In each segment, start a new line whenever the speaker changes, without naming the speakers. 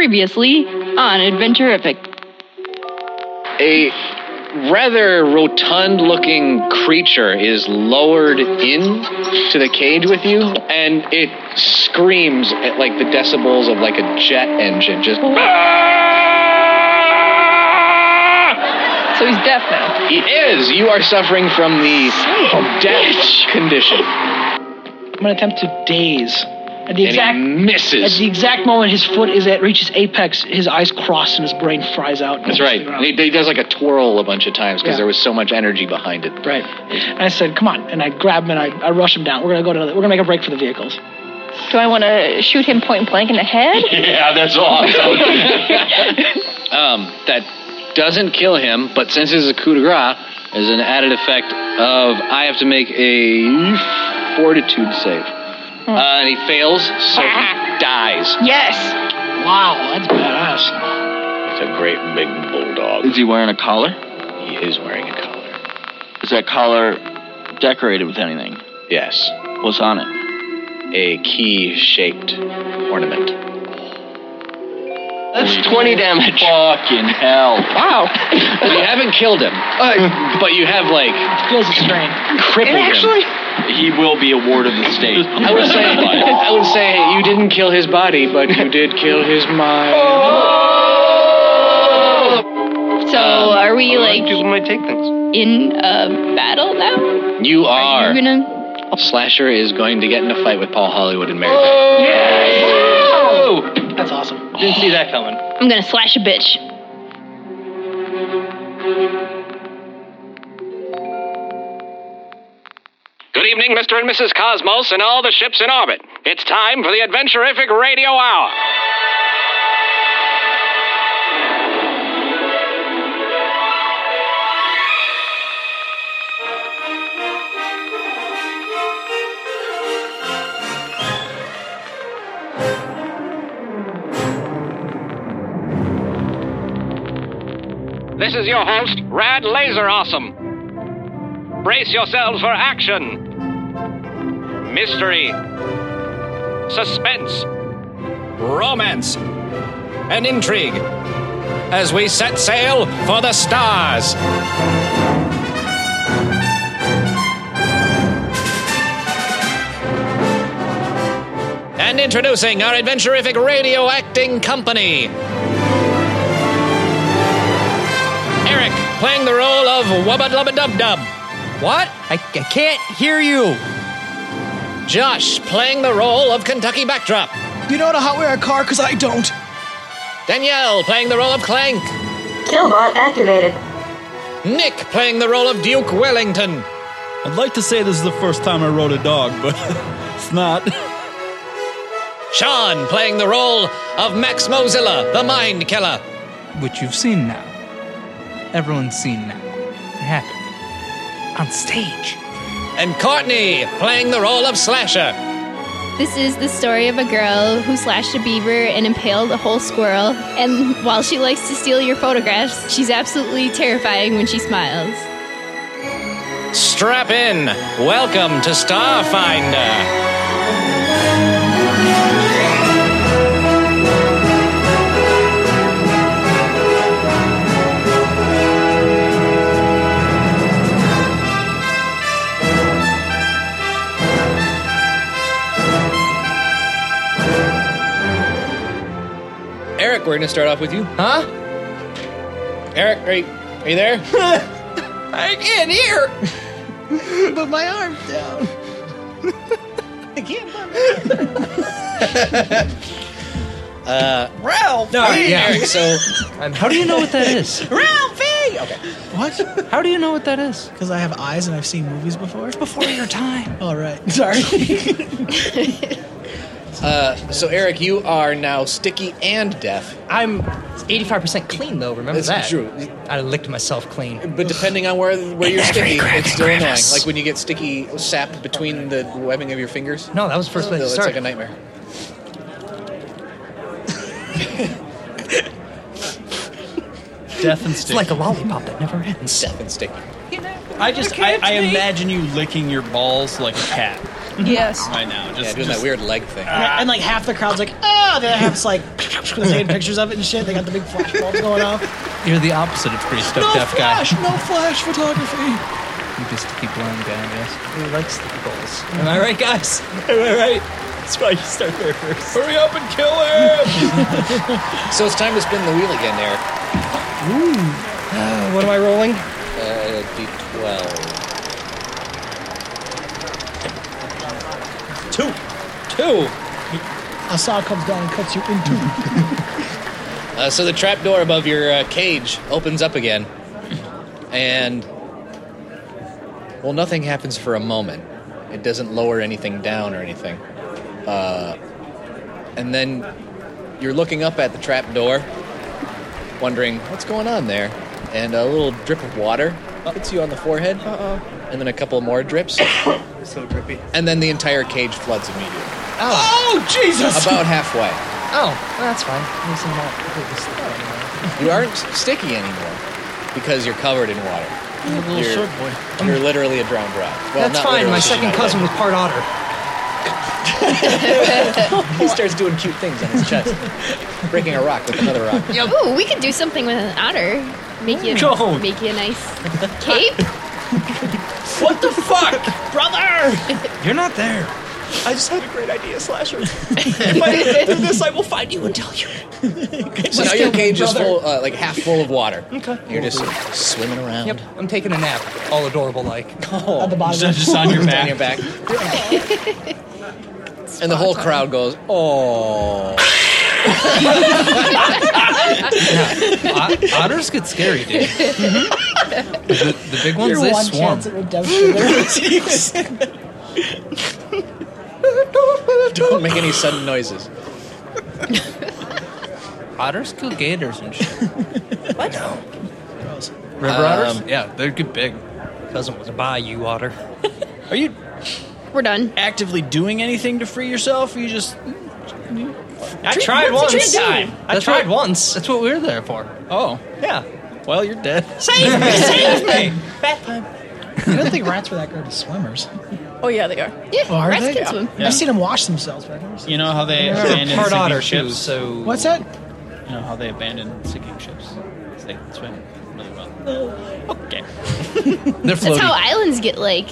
Previously on Adventurific.
A rather rotund looking creature is lowered in to the cage with you and it screams at like the decibels of like a jet engine just
So he's deaf now.
He "Ah!" is. You are suffering from the death condition.
I'm gonna attempt to daze. At the exact
And he
at
misses.
the exact moment his foot is at reaches apex, his eyes cross and his brain fries out.
That's right. He, he does like a twirl a bunch of times because
Yeah.
there was so much energy behind it.
Right. And I said, "Come on!" And I grab him and I, I rush him down. We're gonna go to the, we're gonna make a break for the vehicles.
Do I want to shoot him point blank in the head?
Yeah, that's awesome. um, that doesn't kill him, but since it's a coup de grace, there's an added effect of I have to make a fortitude save. Uh, and he fails, so he dies.
yes.
Wow, that's badass.
It's a great big bulldog.
Is he wearing a collar?
He is wearing a collar.
Is that collar decorated with anything?
Yes,
What's on it?
a key-shaped ornament.
That's 20 damage. Fucking hell.
Wow.
Well, you haven't killed him, uh, but you have like
Feels a strain.
crippled him.
He will be a ward of the state.
I would say I would say you didn't kill his body, but you did kill his mind.
So
Um,
Oh, are we like
might take things.
in a battle now?
You are.
You're gonna
Slasher is going to get in a fight with Paul Hollywood and Mary. Beth.
That's awesome.
Didn't see that coming.
I'm gonna slash a bitch.
Good evening, Mr. and Mrs. Cosmos, and all the ships in orbit. It's time for the Adventurific Radio Hour. This is your host, Rad Laser Awesome. Brace yourselves for action mystery, suspense, romance, and intrigue as we set sail for the stars. And introducing our adventurific radio acting company. Eric playing the role of Wubba Lubba Dub Dub. What? I, I can't hear you. Josh playing the role of Kentucky Backdrop.
You know how to hotwire a car? Because I don't.
Danielle playing the role of Clank.
Killbot activated.
Nick playing the role of Duke Wellington.
I'd like to say this is the first time I rode a dog, but it's not.
Sean playing the role of Max Mozilla, the Mind Killer.
Which you've seen now. Everyone's seen now. It happened. On stage.
And Courtney playing the role of Slasher.
This is the story of a girl who slashed a beaver and impaled a whole squirrel. And while she likes to steal your photographs, she's absolutely terrifying when she smiles.
Strap in. Welcome to Starfinder. Eric, we're going to start off with you. Huh? Eric, are you, are you there? I can't hear.
Put my arm down. I can't.
No,
Eric, so
How do you know what that is?
Ralphie. Okay. What?
How do you know what that is?
Because I have eyes and I've seen movies before.
Before your time.
All right. Sorry.
So, Eric, you are now sticky and deaf,
I'm 85% clean though. Remember
It's
that?
true.
I licked myself clean.
but depending on where where you're sticky, it's still annoying. Like when you get sticky sap between the webbing of your fingers,
No, that was the first place to
it's
start.
like a nightmare.
Death and
it's like a lollipop that never ends.
Deaf and sticky.
I just, I, I imagine you licking your balls like a cat
Yes.
right now. Just,
Yeah, doing that
just-
weird leg thing.
And like half "Oh, the crowd's like, ah, the other half's like, taking pictures of it and shit. They got the big flash bulbs going off.
You're the opposite of pretty
no
stuffed up guy.
flash, no flash photography.
You just keep blind guy, I guess.
He likes the balls. Am I right, guys? Am I right? That's why you start there first.
Hurry up and kill him! so it's time to spin the wheel again, Eric.
Ooh. Uh, what am I rolling?
Uh, D12.
Two.
Two!
A saw comes down and cuts you in two.
Uh, so the trap door above your uh, cage opens up again, and well, nothing happens for a moment. It doesn't lower anything down or anything. Uh, and then you're looking up at the trap door, wondering what's going on there, and a little drip of water hits you on the forehead, and then a couple more drips,
So grippy.
and then the entire cage floods immediately,
Oh,
Oh Jesus!
about halfway.
oh, that's fine. At least I'm not completely slow.
You aren't sticky anymore because you're covered in water.
little
You're-
short boy.
You're literally a drowned rock. Well,
That's
not
fine.
literally,
My
she's
second
not
cousin
dead.
was part otter. he starts doing cute things on his chest.
breaking a rock with another rock.
Ooh, we could do something with an otter. Make you
Go.
make you a nice cape.
What the fuck?
You're not there.
I just had a great idea, Slasher. if I didn't do this, I will find you and tell you.
So now your cage is full, uh, like half full of water.
Okay.
You're just swimming around.
Yep, I'm taking a nap. All adorable like.
At the bottom.
Just on your
On
back.
your back. and the whole crowd goes, "Oh!"
O- otters get scary, dude.
Mm-hmm.
the, the big ones,
Your
they
one
swarm.
chance at redemption.
Don't make any sudden noises.
Otters kill gators and shit.
What? No.
River
Um,
otters? Yeah, they get big.
Cousin was a bayou otter.
Are you
We're done.
actively doing anything to free yourself? Or you just
I tried once.
What's your dream?
I
That's
tried
what-
once.
That's what we're there for.
oh
Yeah.
well, you're dead.
Save me! Save me! Bath time.
I don't think rats were that good as swimmers.
Oh yeah, they are.
Yeah,
Oh, are
rats
they?
can swim.
I've seen them wash themselves, but I've never seen
You know how they
Part
abandon sinking
otter
ships.
shoes, so.
What's that?
You know how they abandon sinking ships. 'Cause They swim really well. Okay.
They're
That's how
floating.
islands get like,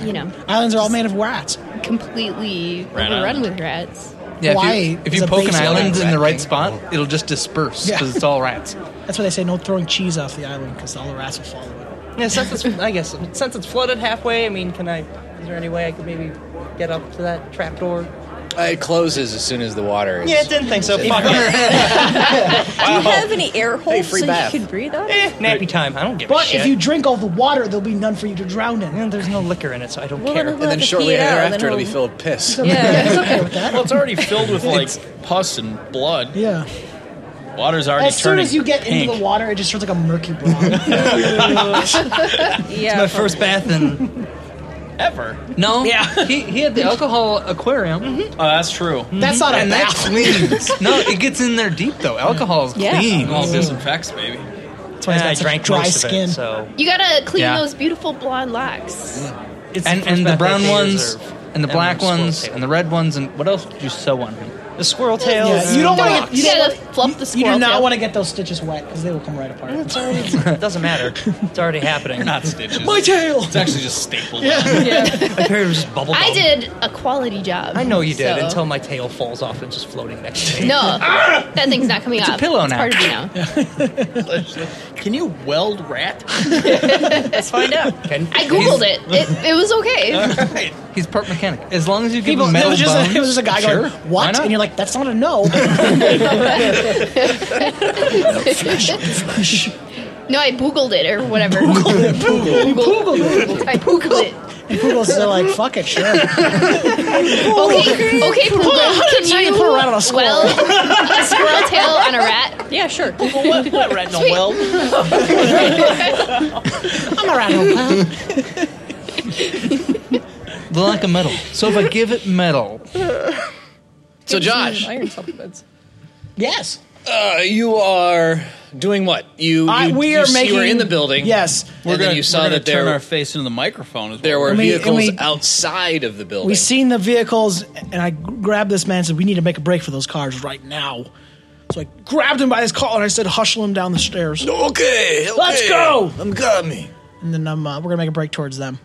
you know,
Islands are all made of rats.
completely
Rat
overrun
island.
with rats.
Yeah, if
Hawaii
you, if
is
you
a
poke an
baseline
island in
rat
the right
king.
spot, it'll just disperse
Yeah.
because it's all rats.
That's why they say no throwing cheese off the island because all the rats will follow it.
Yeah, since it's, I guess since it's flooded halfway, I mean, can I? Is there any way I could maybe get up to that trapdoor?
Uh, it closes as soon as the water is.
Yeah, didn't think so.
Fuck
Do you have any air holes
free
so
bath.
you can breathe out? of?
Eh, nappy time. I don't give a
But
shit.
if you drink all the water, there'll be none for you to drown in.
Yeah, there's no liquor in it, so I don't
Well,
care.
then
and
We'll
then
have to
shortly
pee it out,
thereafter,
then
it'll be
it'll-
filled with piss.
Yeah.
It's okay with that.
Well, it's already filled with like pus and blood.
Yeah.
Water's already
As soon
turning.
as you get into the
pink.
water, it just turns like a murky brown.
Yeah.
My first bath in.
ever.
No? Yeah. He, he had the alcohol aquarium.
Mm-hmm.
Oh, that's true.
That's not a
And that
bath.
cleans. no, it gets in there deep, though. Alcohol is
Yeah.
clean.
All disinfects, baby.
That's why he's got
I
such
drank
dry
most
skin.
of it, so
You gotta clean
Yeah.
those beautiful blonde locks.
it's
and
first
and the
bath
brown
they
ones
deserve.
and the
And
black
the squirrel
ones
tail.
and the red ones and what else did you sew on him?
The squirrel tails.
Yeah, you don't want to.
You
You, don't
gotta
wanna-
fluff the
you
squirrel
do not
tail.
want to get those stitches wet because they will come right apart.
It's already. It doesn't matter. It's already happening.
Not stitches.
My tail.
It's actually just stapled. on.
My period was just bubble
I
gum.
did a quality job.
I know you did
so-
until my tail falls off and just floating next to me.
No, that thing's not coming
It's a
off.
pillow
it's
now.
part of me now.
Can you weld rat?
Let's find out. Can,
I googled it. It, it was okay.
He's part mechanic. As long as you give
People,
him
it
metal
was just
bones,
a, it was just a guy
sure.
going,
Why
"What?"
not?
And you're like, "That's not a no."
no, I googled it or whatever. Googled it. Googled. I googled it.
and Poodles are like, "Fuck it, sure."
Okay, okay, Poogle. Can
Try
you
and put a rat on a squirrel.
weld a squirrel tail on a rat?
Yeah, sure.
what rat? No
Sweet.
weld.
I'm a rat hole pal.
They like a metal. So if I give it metal,
So, Josh,
Iron supplements.
Yes.
uh, you are doing what? You,
I-
you-
we
you
are
s- you were
making-
in the building.
Yes.
and then you saw
we're gonna
that there
turn
were-
our face into the microphone. As well.
there were
And we- and
vehicles
we-
outside of the building.
We seen the vehicles, and I grabbed this man and said, "We need to make a break for those cars right now."
So I grabbed him by his collar and I said, "Hustle him down the stairs."
Okay, okay.
let's go.
I'm coming.
And then um, uh, we're gonna make a break towards them.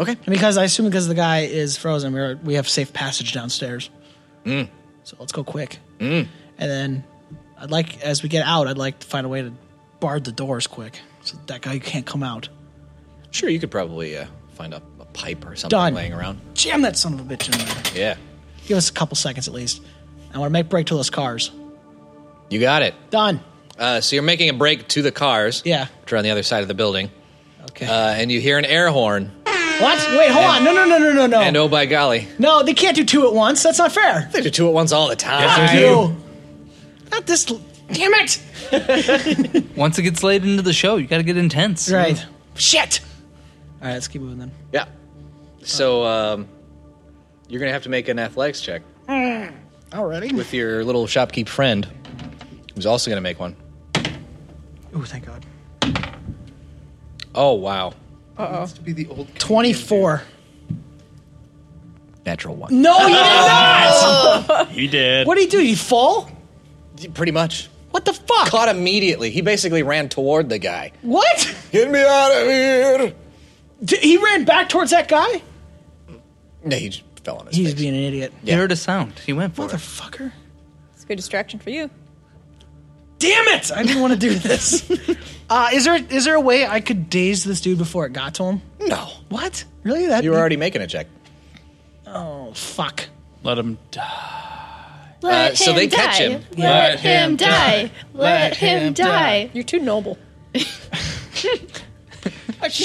Okay.
And because I assume because the guy is frozen, we're, we have safe passage downstairs.
Mm.
So let's go quick.
Mm.
And then I'd like, as we get out, I'd like to find a way to barred the doors quick so that guy can't come out.
Sure, you could probably uh, find a, a pipe or something
Done.
laying around.
Jam that son of a bitch in there.
Yeah,
Give us a couple seconds at least. I want to make break to those cars.
you got it.
Done.
Uh, so you're making a break to the cars.
Yeah.
Which are on the other side of the building. Okay. Uh, and you hear an air horn.
What? Wait, hold on. No, no, no, no, no, no.
And oh, by golly.
No, they can't do two at once. That's not fair.
They do two at once all the time.
Yes, they do. Not this. l- Damn it.
Once it gets laid into the show, you got to get intense.
Right. Shit. All right, let's keep moving then.
Yeah. So um, you're going to have to make an athletics check
Already?
with your little shopkeep friend, who's also going to make one.
Oh, thank God.
Oh, wow.
Uh oh. to be the old. Twenty-four.
Natural one.
No, you did not.
He did.
What did he do? Did he fall?
Pretty much.
What the fuck?
Caught immediately. He basically ran toward the guy.
What?
Get me out of here.
D- he ran back towards that guy.
No, he just fell on his
He's being an idiot.
He heard a sound. He went for it.
Fucker.
It's a good distraction for you.
Damn it! I didn't want to do this. uh, is there is there a way I could daze this dude before it got to him?
No.
What? Really? That
You were already making a check.
Oh fuck!
Let him
Let
Uh, so
him
they
die.
catch him.
Let, him die. Let him die.
You're too noble.
He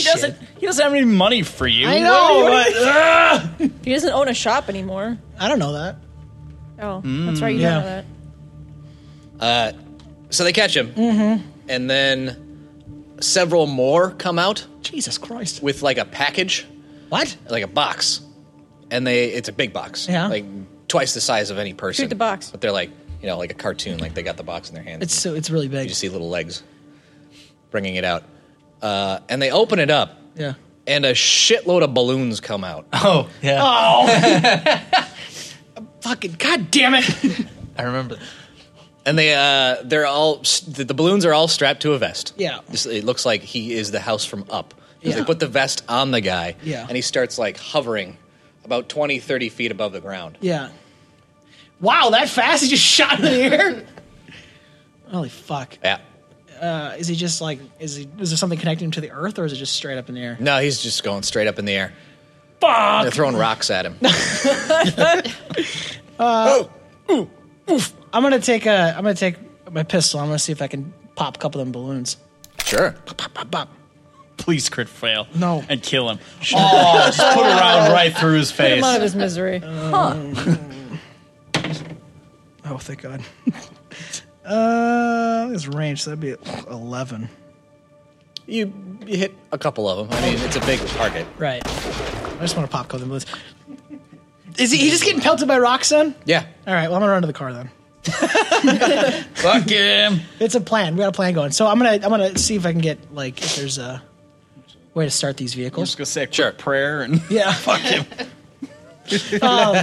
doesn't. He doesn't have any money for you.
I know,
What do you-
He doesn't own a shop anymore.
I don't know that.
Oh, that's right. You
Yeah.
don't know that.
Uh, so they catch him,
Mm-hmm.
and then several more come out.
Jesus Christ!
With like a package.
What?
Like a box, and they—it's a big box.
Yeah.
Like twice the size of any person.
the box.
But they're like, you know, like a cartoon. Like they got the box in their hand.
It's so it's really
you
big.
just see little legs bringing it out, uh, and they open it up,
Yeah.
and a shitload of balloons come out.
Oh, yeah.
Fucking god damn it!
I remember.
And they uh, they're all the, the balloons are all strapped to a vest.
Yeah.
This- it looks like he is the house from up. 'Cause They
Yeah.
put the vest on the guy,
Yeah.
and he starts like hovering about 20, 30 feet above the ground.
Yeah. Wow, that fast? He just shot in the air. Holy fuck!
Yeah.
Uh, is he just like is he is there something connecting him to the earth or is it just straight up in the air?
No, he's just going straight up in the air.
Fuck!
They're throwing rocks at him.
Uh, ooh, oof. I'm gonna take a. I'm gonna take my pistol. I'm gonna see if I can pop a couple of them balloons.
Sure.
Pop, pop, pop, pop.
Please crit fail.
No.
And kill him. Oh, just put a round right through his
Put
face.
him out of his misery. huh.
Oh, thank God. uh, it's range. So that'd be eleven.
You you hit a couple of them. I mean, it's a big target.
Right. I just want to pop a couple of them balloons. Is he, he just getting pelted by rocks, son?
Yeah.
All right. Well, I'm gonna run to the car then.
Fuck him.
It's a plan. We got a plan going. So I'm gonna. I'm gonna see if I can get like if there's a way to start these
I'm
vehicles.
just gonna say a quick prayer and
Yeah.
fuck him.
um,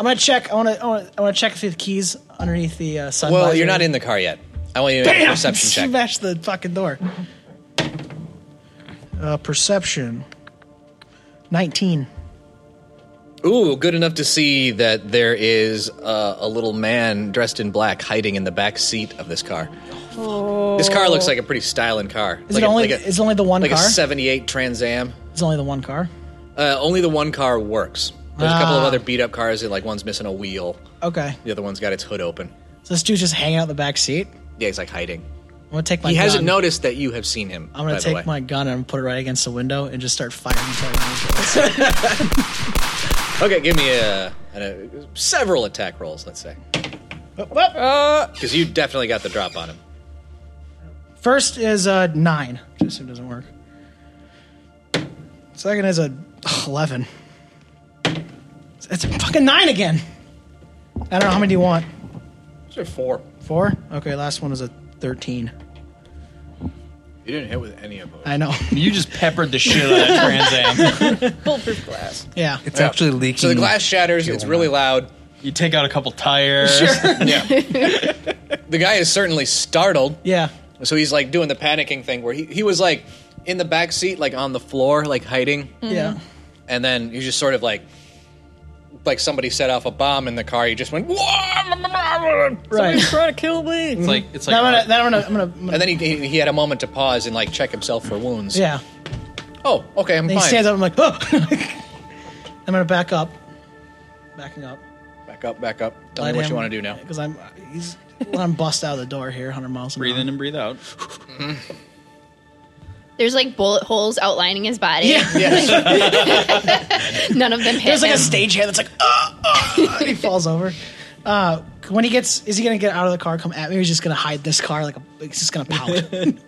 I'm gonna check. I want to. I want to check if the keys underneath the uh, sun.
Well,
visor.
you're not in the car yet. I want you to make a
Bam!
perception check.
Smash the fucking door. Uh, perception. Nineteen.
Ooh, good enough to see that there is uh, a little man dressed in black hiding in the back seat of this car. This car looks like a pretty styling car.
Oh. Is
like
it
a-
only?
like a-
is it only the one
like
car?
a 78 Trans Am.
it's only the one car.
Uh, only the one car works. There's a couple of
Ah.
other beat up cars that like one's missing a wheel,
Okay.
the other one's got its hood open.
So this dude's just hanging out the back seat.
Yeah, he's like hiding.
I'm gonna take my.
he
gun.
hasn't noticed that you have seen him.
I'm
by
gonna
the way.
take my gun and put it right against the window and just start firing. Until
Okay, give me a, an- a- several attack rolls, let's say,
Uh,
because you definitely got the drop on him.
First is a nine. Just so it doesn't work. Second is a eleven. It's a fucking nine again. I don't know how many do you want.
four.
Four? Okay, last one is a 13.
You didn't hit with any of them.
I know.
You just peppered the shit out of Trans Am.
bulletproof glass.
Yeah.
It's
Yeah.
actually leaking.
So the glass shatters. It's really loud.
You take out a couple tires.
Sure.
Yeah. the guy is certainly startled.
Yeah.
So he's like doing the panicking thing where he, he was like in the back seat, like on the floor, like hiding.
Mm-hmm.
Yeah.
And then you just sort of like, like somebody set off a bomb in the car. You just went, "Whoa!"
Somebody's
trying to kill me.
It's like it's like
and then he, he, he had a moment to pause and like check himself for wounds.
Yeah.
Oh, okay, I'm
And he
fine.
stands up. I'm like, oh. I'm gonna back up. Backing up.
Back up, back up. Tell
Let
me what
him-
you want to do now.
Because I'm he's I'm bust out of the door here, 100 miles an
breathe
hour.
in and breathe out.
There's like bullet holes outlining his body. None of them hit
There's like
him.
a stagehand that's like, ah, ah, he falls over. Uh, when he gets, is he gonna get out of the car, come at me, or he's just gonna hide this car like a, he's just gonna pout?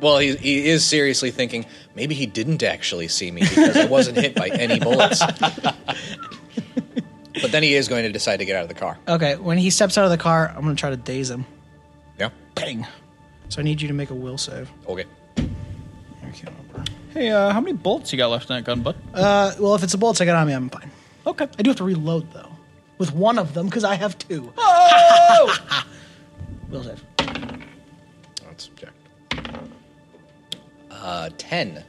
Well, he, he is seriously thinking maybe he didn't actually see me because I wasn't hit by any bullets. but then he is going to decide to get out of the car.
okay, when he steps out of the car, I'm gonna try to daze him.
Yeah.
Bang. So I need you to make a will save.
Okay.
Hey, uh, how many bolts you got left in that gun, bud?
Uh, well, if it's a bullet second on me, I'm fine.
Okay.
I do have to reload though, with one of them because I have two.
Oh!
will save.
That's checked. Uh, ten.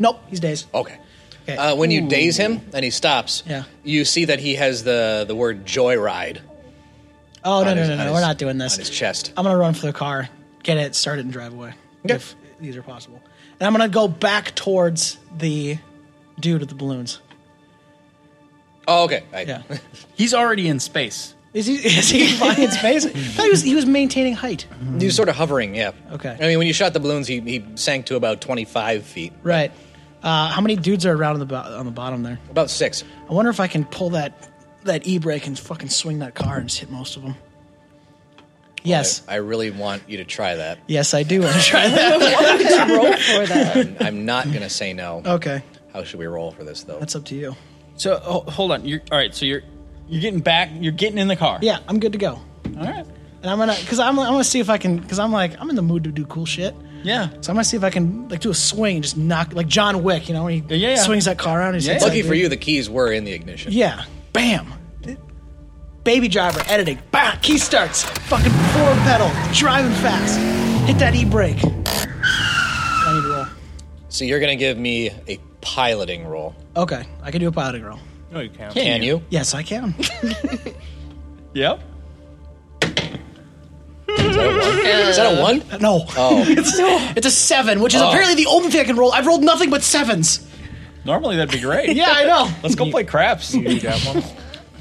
Nope, he's dazed.
Okay. Uh, when you daze him and he stops,
Yeah.
you see that he has the the word joyride
Oh no
On
no
his-
no
on
no!
his-
We're not doing
on
this.
his chest.
I'm gonna run for the car, get it, start it, and drive away. If these are possible. And I'm gonna go back towards the dude with the balloons.
Oh, okay.
Yeah.
He's already in space.
Is he is he flying in space? I thought he was he was maintaining height.
He was sort of hovering, yeah.
Okay.
I mean, when you shot the balloons, he, he sank to about 25 feet.
Right. Uh, how many dudes are around on the bo- on the bottom there?
About six.
I wonder if I can pull that that e brake and fucking swing that car and just hit most of them. Yes.
I, I really want you to try that.
Yes, I do want to try that.
Why
would you roll for that?
I'm, I'm not going to say no.
Okay.
How should we roll for this, though?
That's up to you.
So oh, hold on. You're all right. So you're you're getting back. You're getting in the car.
Yeah, I'm good to go.
All right.
And I'm gonna, cause I'm, I'm gonna see if I can, cause I'm like, I'm in the mood to do cool shit.
Yeah.
So I'm gonna see if I can like do a swing, just knock like John Wick, you know, when he
Yeah, yeah.
swings that car around. he's like,
Lucky
"Dude."
for you, the keys were in the ignition.
Yeah. Bam. Baby driver editing. Bah. Key starts. Fucking forward pedal. Driving fast. Hit that e brake. I need to roll.
So you're going to give me a piloting roll.
Okay, I can do a piloting roll.
No, you can't.
Can, you?
Yes, I can.
Yep.
Is that a one? Is that a one?
No.
Oh.
it's, it's a seven, which is
Oh.
apparently the only thing I can roll. I've rolled nothing but sevens.
Normally that'd be great.
Yeah, I know.
Let's go play craps. You got one.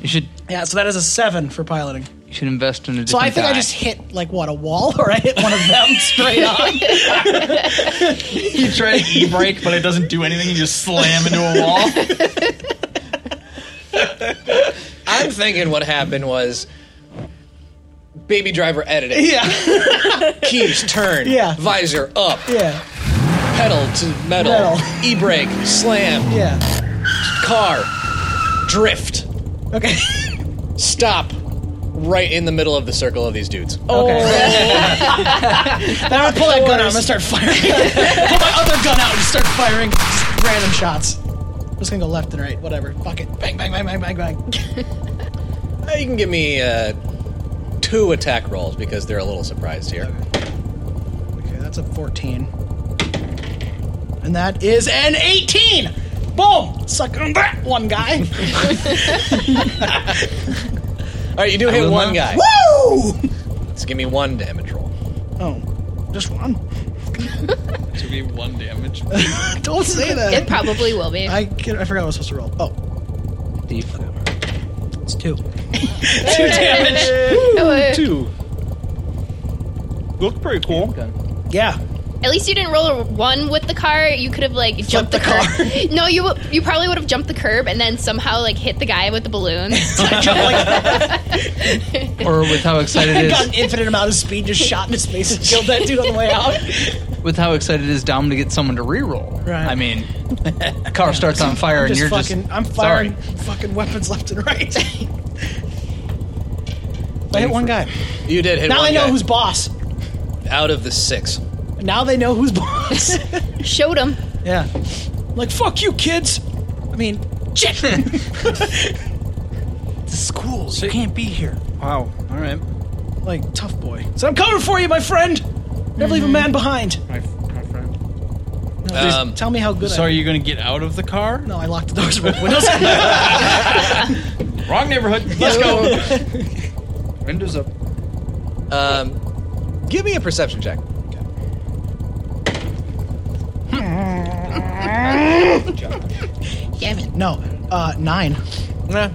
You should
Yeah, so that is a seven for piloting.
you should invest in a different
So I think I
die.
just hit like what a wall, or I hit one of them straight on.
you try to e brake, but it doesn't do anything. You just slam into a wall.
I'm thinking what happened was baby driver editing.
Yeah.
Keys turn.
Yeah.
Visor up.
Yeah.
Pedal to metal.
Metal.
E brake. Slam.
Yeah.
Car. Drift.
Okay.
Stop. Right in the middle of the circle of these dudes. Oh.
then I'm gonna pull that gun out. I'm gonna start firing. pull my other gun out and start firing just random shots. I'm just gonna go left and right, whatever. Fuck it. Bang, bang, bang, bang, bang, bang.
You can give me uh, two attack rolls because they're a little surprised here.
Okay, that's a 14. And that is an 18! Boom! Suck on that one guy.
All right, you do hit
will
one
not-
guy.
Woo!
Let's give me one damage roll.
Oh, just one?
to be one damage.
Don't say that.
It probably will be.
I, can, I forgot I was supposed to roll. Oh. It's two.
Two
Uh,
damage. Two. Looks pretty cool.
Yeah.
At least you didn't roll a one with the car. You could have like jumped the, curb. no, you w- you probably would have jumped the curb and then somehow like hit the guy with the balloon.
or with how excited it
got an
is
infinite amount of speed, just shot into space and killed that dude on the way out.
with how excited it is Dom to get someone to re-roll.
Right.
I mean, car starts on fire
I'm
and
just
you're
fucking,
just
I'm
sorry.
firing fucking weapons left and right. I hit one guy.
You did hit
now
one
they know
guy.
who's boss.
out of the six.
Now they know who's boss.
Showed him.
Yeah. Like, fuck you, kids. I mean, shit.
The schools. You can't be here.
Wow. All right.
like tough boy. So I'm coming for you, my friend. Never leave a man behind.
My, my friend.
No, just tell me how good.
So
I
are you going to get out of the car?
No, I locked the doors with windows.
Wrong neighborhood. Let's go. Windows up.
Um, give me a perception check.
Damn it. No, uh, nine.
Nah.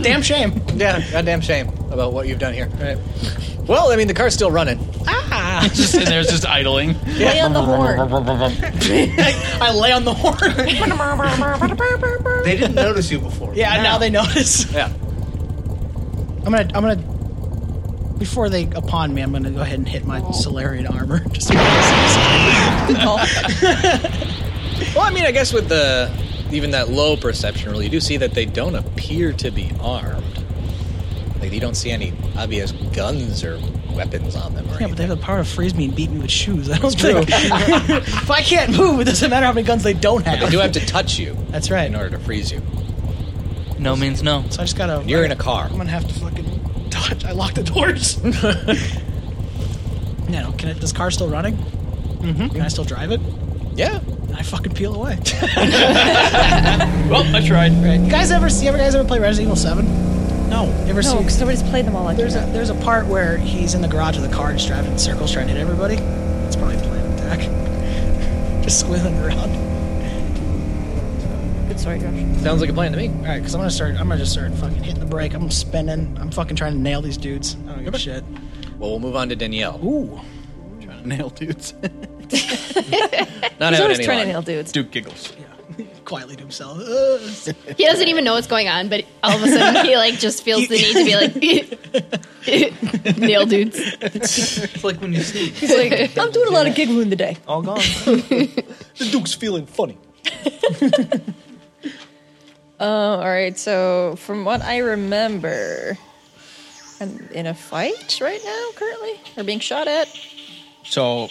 Damn shame.
Yeah, goddamn shame about what you've done here. Right. Well, I mean, the car's still running.
Ah.
just sitting there, just idling.
Lay on the
horn.
I, I lay on the horn.
They didn't notice you before.
yeah, now. they notice.
Yeah.
I'm gonna. I'm gonna. Before they upon me, I'm gonna go ahead and hit my Solarian armor. Just
Well, I mean, I guess with the even that low perception roll, you do see that they don't appear to be armed. Like you don't see any obvious guns or weapons on them.
yeah, but they have the power to freeze me and beat me with shoes. I don't think. if I can't move, it doesn't matter how many guns they don't have.
They do have to touch you.
That's right.
In order to freeze you.
No means no.
So I just gotta.
You're in a car.
I'm gonna have to fucking dodge. I locked the doors. no, can it, this car still running? Mm-hmm. Can I still drive it?
Yeah.
I fucking peel away.
well, I tried.
Right. You guys ever see? Ever guys ever play Resident Evil Seven? No.
No,
Ever seen?
because nobody's played them all like
There's a there's a part where he's in the garage of the car, just driving in circles, trying to hit everybody. It's probably a plan of attack. Just squealing around.
Good story, Josh.
Sounds like a plan to me.
All right, because I'm gonna start. I'm gonna just start fucking hitting the brake. I'm spinning. I'm fucking trying to nail these dudes. I don't give a shit.
Well, we'll move on to Danielle.
Ooh.
Trying
to nail dudes.
Not
He's
having
always
any luck.
trying to nail dudes.
Duke giggles.
Quietly to himself. Uh,
He doesn't even know what's going on, but all of a sudden he like just feels the need to be like nail dudes.
it's like when you sneak.
He's like, I'm doing a lot of giggling today.
All gone.
The Duke's feeling funny.
Uh, all right. So, from what I remember, I'm in a fight right now, currently, or being shot at.
So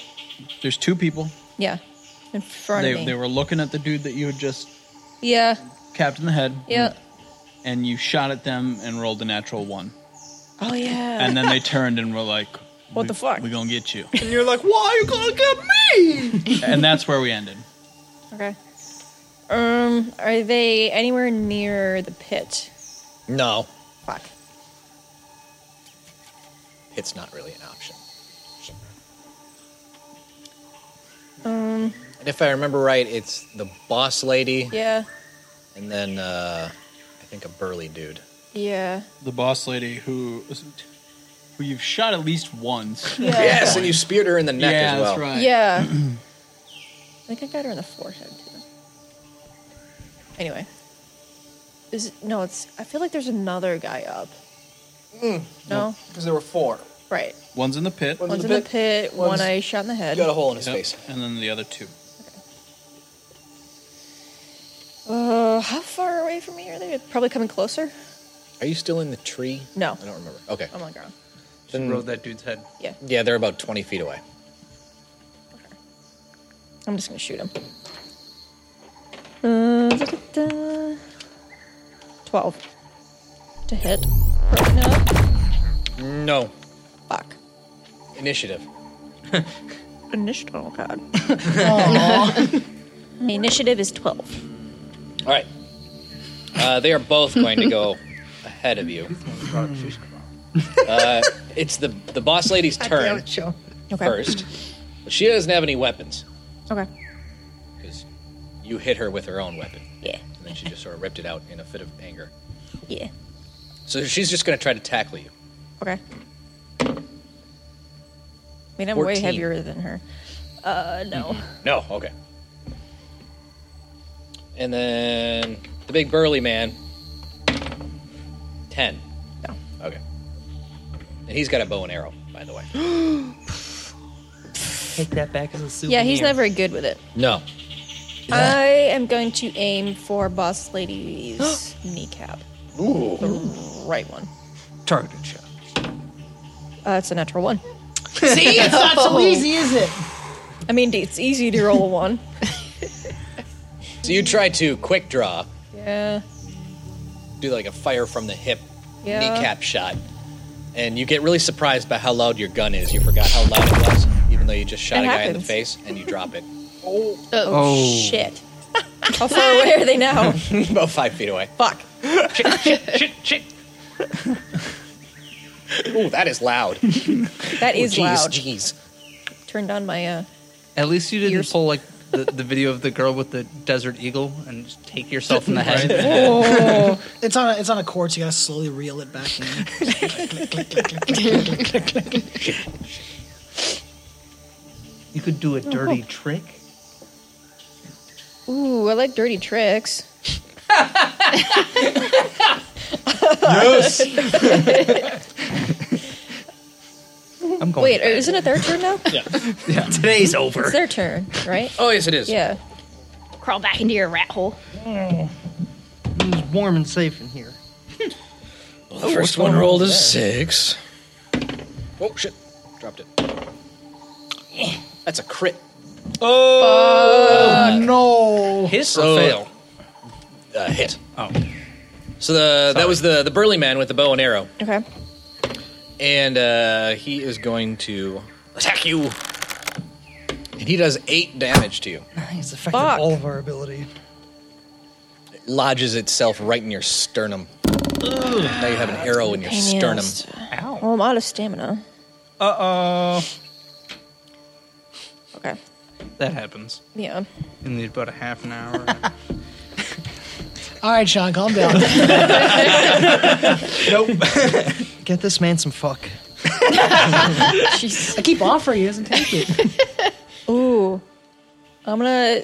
there's two people.
Yeah, in front of
They,
me.
they were looking at the dude that you had just
yeah,
capped in the head,
yeah.
and you shot at them and rolled a natural one.
Oh yeah.
And then they turned and were like,
What the fuck?
We're going to get you.
And you're like, why are you gonna get me?
and that's where we ended.
okay. Um, are they anywhere near the pit?
No,
Fuck.
it's not really an option.
Um,
And if I remember right, it's the boss lady
yeah,
and then uh, I think a burly dude.
yeah.
The boss lady who who you've shot at least once.
Yeah.
Yes, and you speared her in the neck
yeah,
as well.
That's right.
Yeah. I think I got her in the forehead too. Anyway. Is it, no, it's I feel like there's another guy up.
Mm.
No?
Because there were four.
Right.
One's in the pit.
One's, in the pit, one
One's-
I shot in the head.
Got a hole in his
Yep,
face.
And then the other two.
Uh, how far away from me are they? Probably coming closer?
Are you still in the tree?
No.
I don't remember. Okay.
I'm on the ground.
Then-
Rode that dude's head.
Yeah.
Yeah, they're about 20 feet away.
I'm just gonna shoot him. Uh, da, da, da. Twelve. To hit. Broken up.
No.
Fuck.
Initiative.
Initiative. Oh god. Initiative is twelve.
All right. Uh, they are both going to go ahead of you. Uh, it's the, the boss lady's turn
Okay.
first. But she doesn't have any weapons
Okay.
because you hit her with her own weapon.
Yeah.
And then she just sort of ripped it out in a fit of anger.
Yeah.
So she's just going to try to tackle you.
Okay. I mean, I'm way
14.
heavier than her. Uh, no.
No, okay. And then the big burly man. Ten.
No.
Okay. And he's got a bow and arrow, by the way.
Take that back as a souvenir.
Yeah, he's not very good with it.
No.
I am going to aim for Boss Lady's kneecap.
Ooh.
The right one.
targeted shot.
Uh, it's a natural one.
See, it's not so
Oh.
easy, is it?
I mean, it's easy to roll a one.
So you try to quick draw,
Yeah.
do like a fire from the hip
Yeah.
kneecap shot, and you get really surprised by how loud your gun is. You forgot how loud it was, even though you just shot a
It
guy in the
happens.
face and you drop it.
Oh,
Oh.
shit. How far away are they now?
About five feet away.
Fuck.
Ooh, that is loud.
That is
Ooh, Oh, jeez,
loud.
Jeez.
Turned on my uh
At least you didn't pull like the, the video of the girl with the desert eagle and just take yourself in the head.
it's on a, it's on a cord, so you gotta slowly reel it back in.
you could do a dirty trick.
Ooh, I like dirty tricks.
Yes. I'm going.
Wait, uh, isn't it their turn now?
Yeah. Today's over.
It's their turn, right?
Oh, yes, it is.
Yeah.
Crawl back into your rat hole.
It was warm and safe in here.
the first one rolled a six. Oh shit! Dropped it. That's a crit.
Oh, no!
Hit Uh, hit. Oh. So the that was the the burly man with the bow and arrow,
Okay.
and uh, he is going to attack you. And he does eight damage to you.
It's affected all of our ability.
It lodges itself right in your sternum. Now you have an arrow in your
Pain in the
sternum.
ass. Well, I'm out of stamina.
Uh oh.
Okay.
That happens.
Yeah.
In the, about a half an hour.
All right, Sean, calm down.
nope. Get this man some fuck.
I keep offering, he doesn't take it.
Ooh. I'm gonna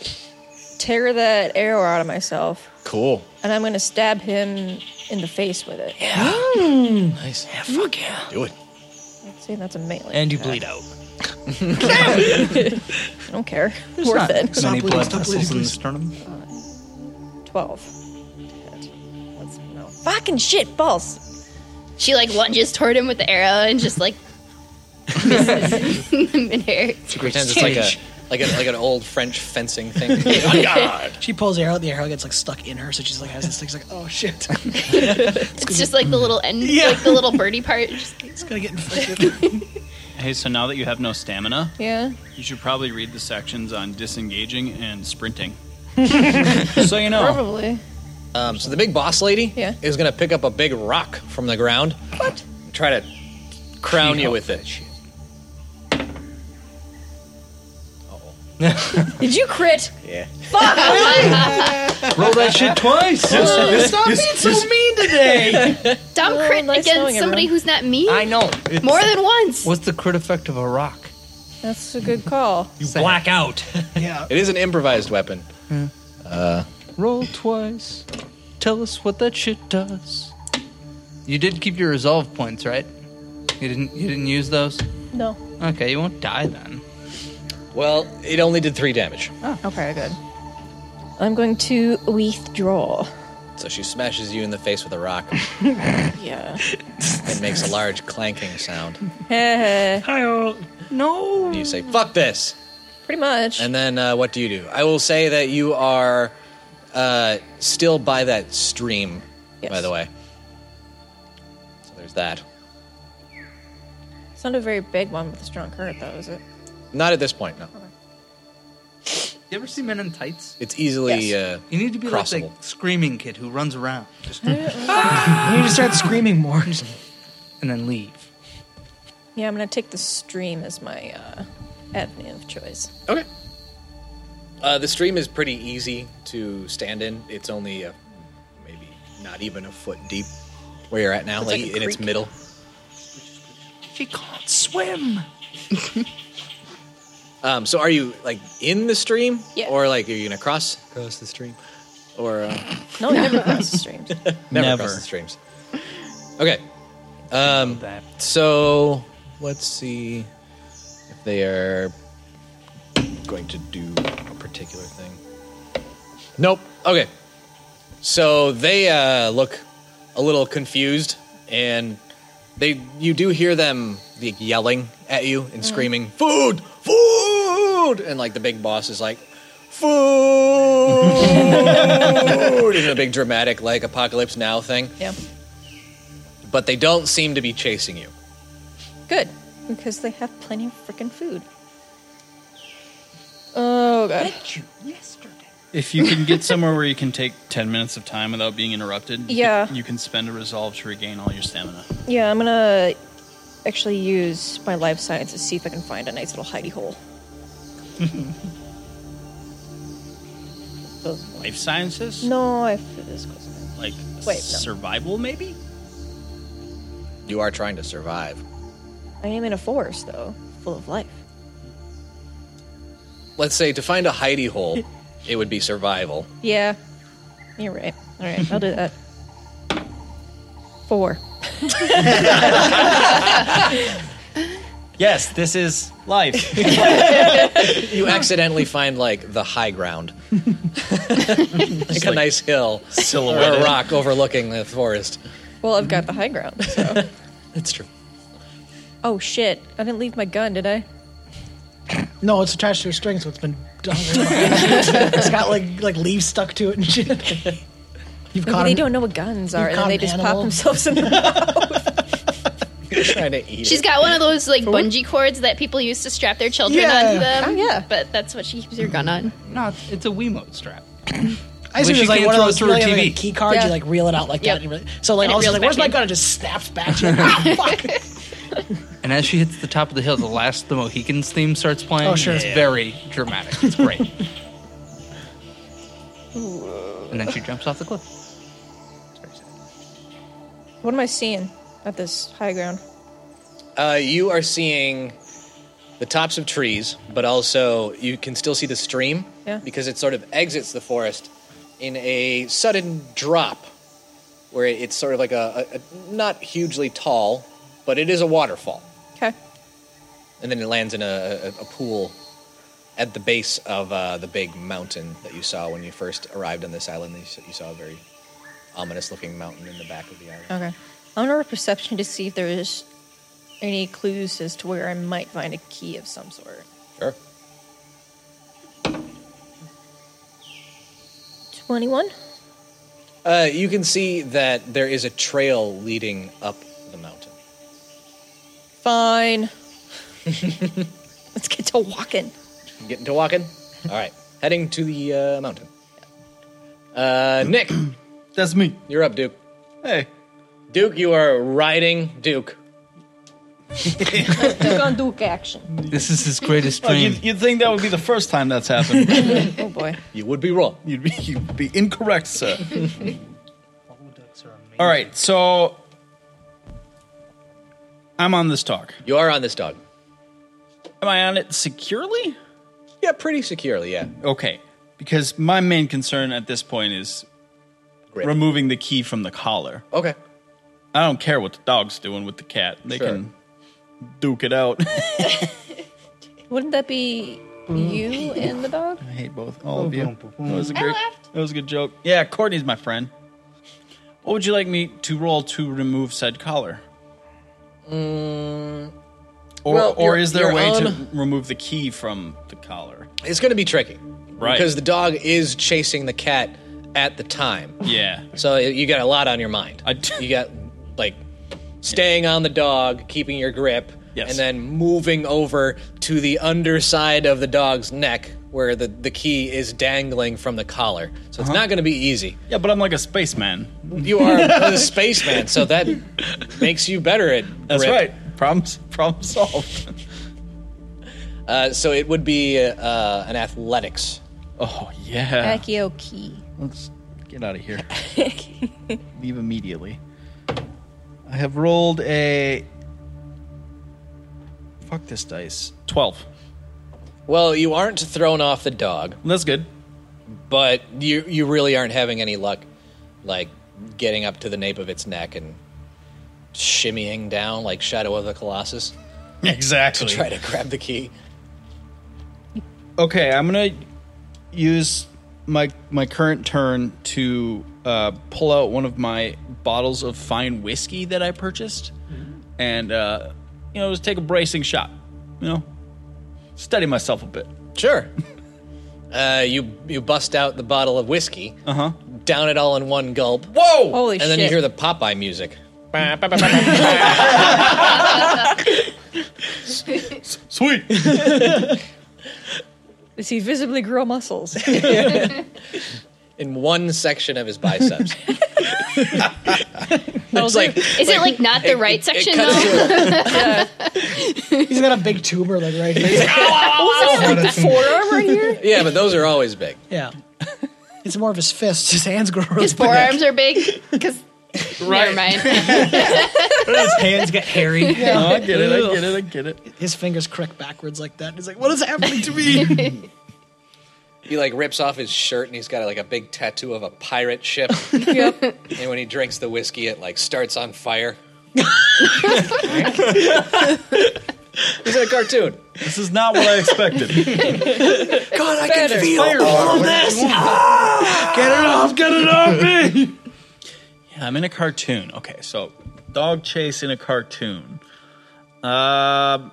tear that arrow out of myself.
Cool.
And I'm gonna stab him in the face with it.
Yeah.
Nice.
Yeah, fuck yeah. Do it.
I'd say that's a melee.
And you bleed out.
I don't care. Worth it.
Many blood vessels in the sternum.
Twelve. That's no. Fucking shit, balls.
She like lunges toward him with the arrow and just like misses in midair.
She pretends it's like a like a like an old French fencing thing. Oh, God.
She pulls the arrow, the arrow gets like stuck in her, so she's like has this thing, she's like, oh shit.
It's just like the little end, like the little birdie part. It's
gonna get infected.
Hey, so now that you have no stamina,
Yeah.
you should probably read the sections on disengaging and sprinting. so you know.
Probably.
Um, so the big boss lady
Yeah.
is gonna pick up a big rock from the ground. What? Try to crown you with it.
Did you crit?
Yeah.
Fuck!
Roll that shit twice.
Stop being Oh, so
mean
today. Dumb
Oh,
crit against
knowing
somebody
everyone.
who's not mean.
I know.
More than once.
What's the crit effect of a rock?
That's a good call.
You black out.
yeah.
It is an improvised weapon.
Yeah.
Uh,
Roll twice. Tell us what that shit does. You did keep your resolve points, right? You didn't. You didn't use those.
No.
Okay, you won't die then.
well, it only did three damage.
Okay, good. I'm going to withdraw.
So she smashes you in the face with a rock
Yeah.
and makes a large clanking sound.
Hi, No.
And you say, "Fuck this."
Pretty much.
And then uh, what do you do? I will say that you are uh, still by that stream, by the way. So there's that.
It's not a very big one with a strong current, though, is it?
Not at this point, no.
You ever see Men in Tights?
It's easily. Uh,
you need to be
crossable.
like the screaming kid who runs around. Just
You need to start screaming more.
and then leave.
Yeah, I'm gonna take the stream as my uh, avenue of choice.
Okay. Uh, the stream is pretty easy to stand in. It's only a, maybe not even a foot deep where you're at now,
It's
like,
like a
in its
creek.
middle.
She can't swim.
Um, so are you like in the stream,
Yeah.
or like are you gonna cross cross the stream, or uh,
No, I never cross the stream.
never,
Never.
cross the streams? Okay. Um, so let's see if they are going to do a particular thing. Nope. Okay. So they uh, look a little confused, and they you do hear them like, yelling at you and screaming, "Food! Food!" And like the big boss is like, "Food!" in a big dramatic like apocalypse now thing.
Yeah.
But they don't seem to be chasing you.
Good, because they have plenty of freaking food. Oh god.
you yesterday.
If you can get somewhere where you can take 10 minutes of time without being interrupted, you
Yeah.
can- you can spend a resolve to regain all your stamina.
Yeah, I'm gonna actually use my life science to see if I can find a nice little hidey hole.
Life sciences?
No, I it is close enough.
Like
Wait, no.
survival, maybe?
You are trying to survive.
I am in a forest though, full of life.
Let's say to find a hidey hole, it would be survival.
Yeah, you're right. All right, I'll do that. Four.
Yes, this is life.
You accidentally find like the high ground, like a nice hill, or
silhouetted.
a rock overlooking the forest.
Well, I've got the high ground. So.
That's true.
oh shit! I didn't leave my gun, did I?
No, it's attached to a string, so it's been. it's got like like leaves stuck to it and shit. You've
Maybe
caught
they
him.
don't know what guns
You've
are, and then
caught
they
an
just pop
animal?
themselves in the
trying to eat
She's
it.
got one of those like bungee cords that people used to strap their children
Yeah.
onto them.
Oh,
yeah. But that's what she keeps her gun on.
No, it's- it's a Wiimote strap.
I assume
Wish
it's
you
like
can't
one of
throw
those
it through a
really, like,
TV.
key cards.
Yeah.
You like reel it out like
Yep.
that. And you really, so like
And it
all of a
reels
sudden, like, where's
back
my
in.
gun? It just snaps back. to you. ah, fuck.
And as she hits the top of the hill, the last the Mohicans theme starts playing.
Oh, sure.
It's very dramatic. It's great. and then she jumps off the cliff.
What am I seeing at this high ground?
Uh, you are seeing the tops of trees, but also you can still see the stream
Yeah.
because it sort of exits the forest in a sudden drop where it's sort of like a, a, a not hugely tall, but it is a waterfall.
Okay.
And then it lands in a, a, a pool at the base of uh, the big mountain that you saw when you first arrived on this island. You saw, you saw a very ominous looking mountain in the back of the island.
Okay. I'm gonna roll perception to see if there is any clues as to where I might find a key of some sort.
Sure.
Twenty-one.
Uh, you can see that there is a trail leading up the mountain.
Fine. Let's get to walking.
Getting to walking? All right. Heading to the uh, mountain. Uh, Nick.
That's me.
You're up, Duke.
Hey.
Duke, you are riding Duke.
Duke on Duke action.
This is his greatest
Well,
dream.
you'd, you'd think that would be the first time that's happened.
oh boy.
You would be wrong.
You'd be, you'd be incorrect, sir. All right, so I'm on this dog.
You are on this dog.
Am I on it securely?
Yeah, pretty securely, yeah.
Okay, because my main concern at this point is removing the key from the collar.
Okay.
I don't care what the dog's doing with the cat. They
Sure.
can duke it out.
Wouldn't that be
Mm-hmm.
you and the dog?
I hate both, all of you. That was a great, that was a good joke. Yeah, Courtney's my friend. What would you like me to roll to remove said collar?
Mm,
Or,
Well,
or
you're-
is there a
you're
way to
on-
remove the key from the collar?
it's going to be tricky.
Right.
Because the dog is chasing the cat at the time.
Yeah.
So you got a lot on your mind. You got like staying on the dog, keeping your grip,
Yes.
and then moving over to the underside of the dog's neck where the, the key is dangling from the collar. So it's
Uh-huh.
not going to be easy.
Yeah, but I'm like a spaceman.
You are a spaceman, so that makes you better at
That's
grip.
right. Problem, problem solved.
Uh, so it would be uh, an athletics.
Oh yeah.
Accio key.
Let's get out of here. Leave immediately. I have rolled a. Fuck this dice. 12.
Well, you aren't thrown off the dog.
That's good.
But you you really aren't having any luck, like getting up to the nape of its neck and shimmying down like Shadow of the Colossus to
Exactly.
try to grab the key.
Okay, I'm gonna use my my current turn to uh, pull out one of my bottles of fine whiskey that I purchased,
Mm-hmm.
and uh, you know, just take a bracing shot. You know, steady myself a bit.
Sure. Uh, you you bust out the bottle of whiskey,
Uh huh.
down it all in one gulp.
Whoa!
Oh.
Holy
and then you
shit.
hear the Popeye music.
Sweet.
Does he visibly grow muscles?
in one section of his biceps.
It's like,
Is it like not the right section though?
He's got a big tumor like right here. He's like, "Ow, ow, ow,
Was
ow."
that like the forearm right here?
yeah, but those are always big.
Yeah. It's more of his fist. His hands grow.
His forearms are big because. Never mind.
his hands get hairy.
No, I get it, I get it, I get it.
His fingers crack backwards like that. He's like, "What is happening to me?"
He like rips off his shirt and he's got like a big tattoo of a pirate ship. And when he drinks the whiskey, it like starts on fire. He's in a cartoon.
This is not what I expected.
God,
I can Better. feel Fireball, all what do this. Ah! you want? Get it off, get it off me! yeah, I'm in a cartoon. Okay, so dog chase in a cartoon. Uh,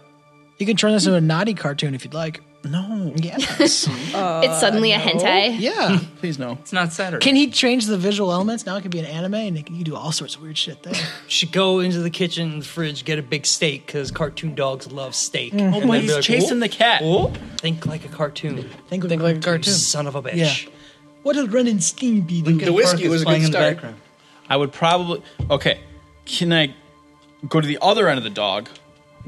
you can turn this into a naughty cartoon if you'd like.
No.
Yes.
Uh,
it's suddenly a hentai.
Yeah.
Please no.
It's not Saturday.
Can he change the visual elements? Now it could be an anime, and it can, you can do all sorts of weird shit there.
Should go into the kitchen, the fridge, get a big steak because cartoon dogs love steak.
Mhm. Oh, but
And then
he's
be
chasing
"Whoa,
the cat."
whoa." Think like a cartoon.
Think,
like a cartoon. Son of a bitch.
Yeah. What did Ren and Stimpy do?
The whiskey Park is was a good playing in the start. background.
I would probably. Okay, can I go to the other end of the dog?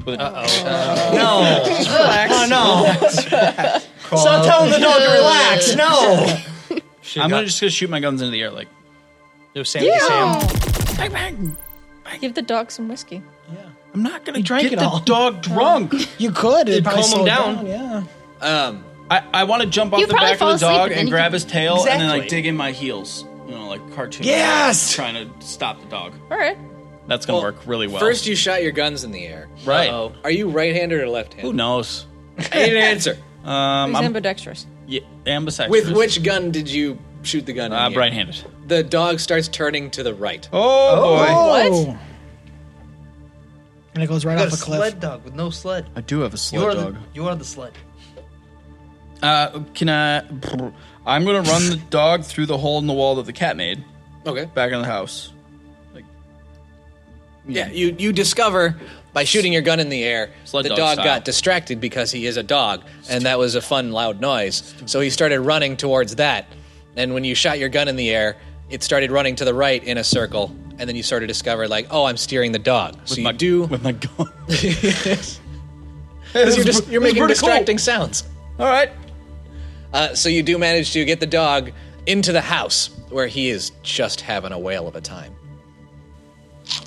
Uh oh.
No. Just relax. Oh, no.
Stop
telling the dog to relax. No.
I'm gonna just gonna shoot my guns into the air like.
No,
Sam,
Bang, bang. Give the dog some whiskey.
I'm
not gonna
drank
get
it
the
all.
dog drunk.
you could.
It'd
probably
calm him
slow it
down.
Yeah.
Um, I, I want to jump off
You'd
the
probably
back
fall
of the
asleep
dog
and then
and
you
grab
can-
his tail and then like
Exactly.
dig in my heels, you know, like cartoon.
Yes!
trying to stop the dog.
All right.
That's gonna work really well.
First, you shot your guns in the air.
Right.
Uh-oh. Are you right-handed or left-handed?
who knows?
I need an answer.
Um,
He's
I'm,
ambidextrous.
yeah, ambidextrous.
With which gun did you shoot the gun?
Uh,
in the air?
right-handed.
The dog starts turning to the right.
Oh, boy. What? And it goes right
You got
off
a
a cliff.
sled dog with no sled.
I do have a
You are, the, you are the sled.
Uh, can I? I'm gonna run the dog through the hole in the wall that the cat made.
Okay.
Back in the house.
Yeah, you you discover by shooting your gun in the air, the
dog
dog,
style.
got distracted because he is a dog, and that was a fun loud noise. So he started running towards that, and when you shot your gun in the air, it started running to the right in a circle, and then you sort of discovered like, oh, I'm steering the dog. So you do
with my gun.
you're, just, you're making distracting sounds.
All right.
Uh, so you do manage to get the dog into the house where he is just having a whale of a time.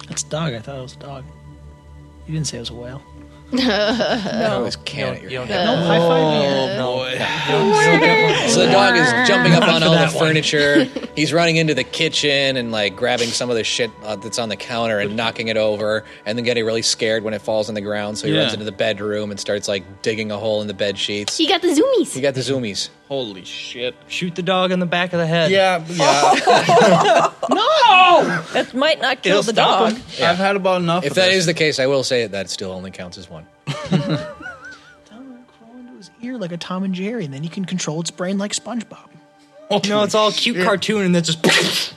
That's a dog. I thought it was a dog. You didn't say it was a whale.
I
no.
always can at your
don't get one. No, high five
boy. So the dog is jumping up
Not
on
for
all the
that one.
furniture. He's running into the kitchen and like grabbing some of the shit uh, that's on the counter and knocking it over, and then getting really scared when it falls on the ground. So he
Yeah.
runs into the bedroom and starts like digging a hole in the bed sheets.
He got the zoomies.
He got the zoomies.
Holy shit!
Shoot the dog in the back of the head.
Yeah,
No! That might not kill the dog.
I've had about enough.
If that is the case, I will say that still only counts as one.
Ear like a Tom and Jerry, and then you can control its brain like SpongeBob.
no, it's all cute
Shit.
cartoon and then just.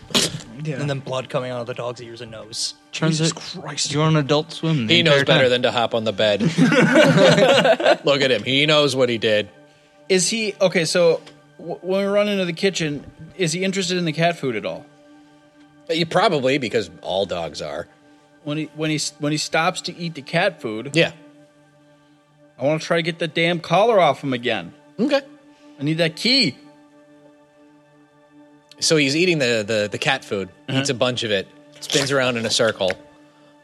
And then blood coming out of the dog's ears and nose.
Jesus
Christ.
You're on Adult Swim. the
He knows
entire
better
time.
than to hop on the bed. Look at him. He knows what he did.
Is he okay? So w- when we run into the kitchen, is he interested in the cat food at all?
You probably because all dogs are.
When he when he when he stops to eat the cat food,
yeah.
I want to try to get the damn collar off him again.
Okay.
I need that key.
So he's eating the the, the cat food, eats a bunch of it, spins around in a circle,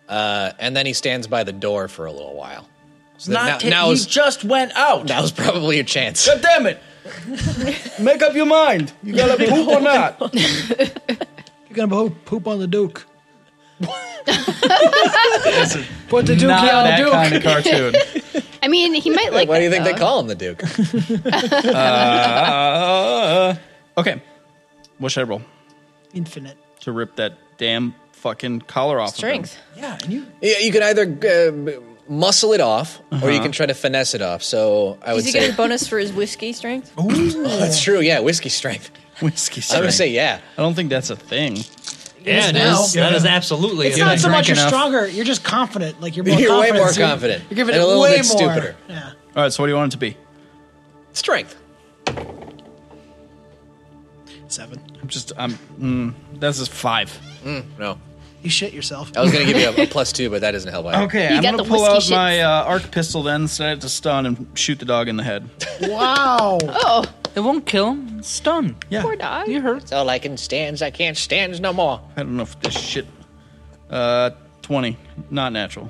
uh, and then he stands by the door for a little while. So that-
Not
now,
ta-
now
he
is
just went out.
now's probably your chance.
God damn it! Make up your mind. You gotta poop or not.
You're gonna bo- poop on the Duke.
Put
the Duke
Not
on
that
Duke.
kind of cartoon.
I mean, he might like.
Why do you
that,
think they
though.
call him the Duke?
Uh, okay, what should I roll
Infinite.
to rip that damn fucking collar off? of him?
Yeah, and you.
Yeah, you can either uh, muscle it off, or you
Uh-huh.
can try to finesse it off. So I would
Does he
say
get a bonus for his whiskey strength?
Oh, that's true. Yeah, whiskey strength.
Whiskey
I would
strength.
say yeah.
I don't think that's a thing.
Yeah, it is. That is
absolutely.
It's not so much you're stronger. You're just confident. Like you're more
You're way
confident.
more
so you're-
confident
You're giving
and
it
a little
way
bit
more.
stupider.
Yeah.
All right, so what do you want it to be?
Strength.
Seven.
I'm just, I'm, mm, this is five.
no.
You shit yourself.
I was going to give you a, a plus two, but that doesn't help either.
Okay, I'm gonna pull out my uh, arc pistol then, set it to stun, and shoot the dog in the head.
Wow.
Oh.
It won't kill him. Stun. Yeah.
Poor
dog.
You hurt.
That's all I can stands. I can't stands no more.
I don't know if this shit. Uh, twenty, not natural.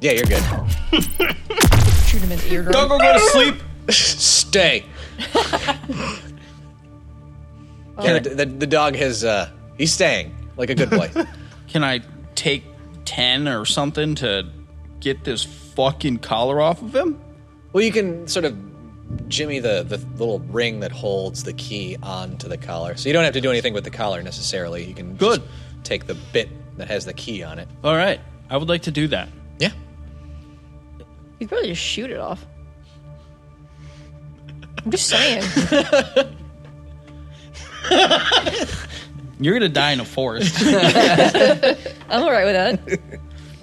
Yeah, you're good.
Shoot him in the ear. drum.
Dog will go to sleep.
Stay. Yeah, the, the, the dog has, uh, he's staying like a good boy.
Can I take ten or something to get this fucking collar off of him?
Well, you can sort of jimmy the, the little ring that holds the key onto the collar. So you don't have to do anything with the collar necessarily. You can good. take the bit that has the key on it.
All right, I would like to do that.
Yeah.
You could probably just shoot it off. I'm just saying.
You're gonna die in a forest.
I'm all right with that.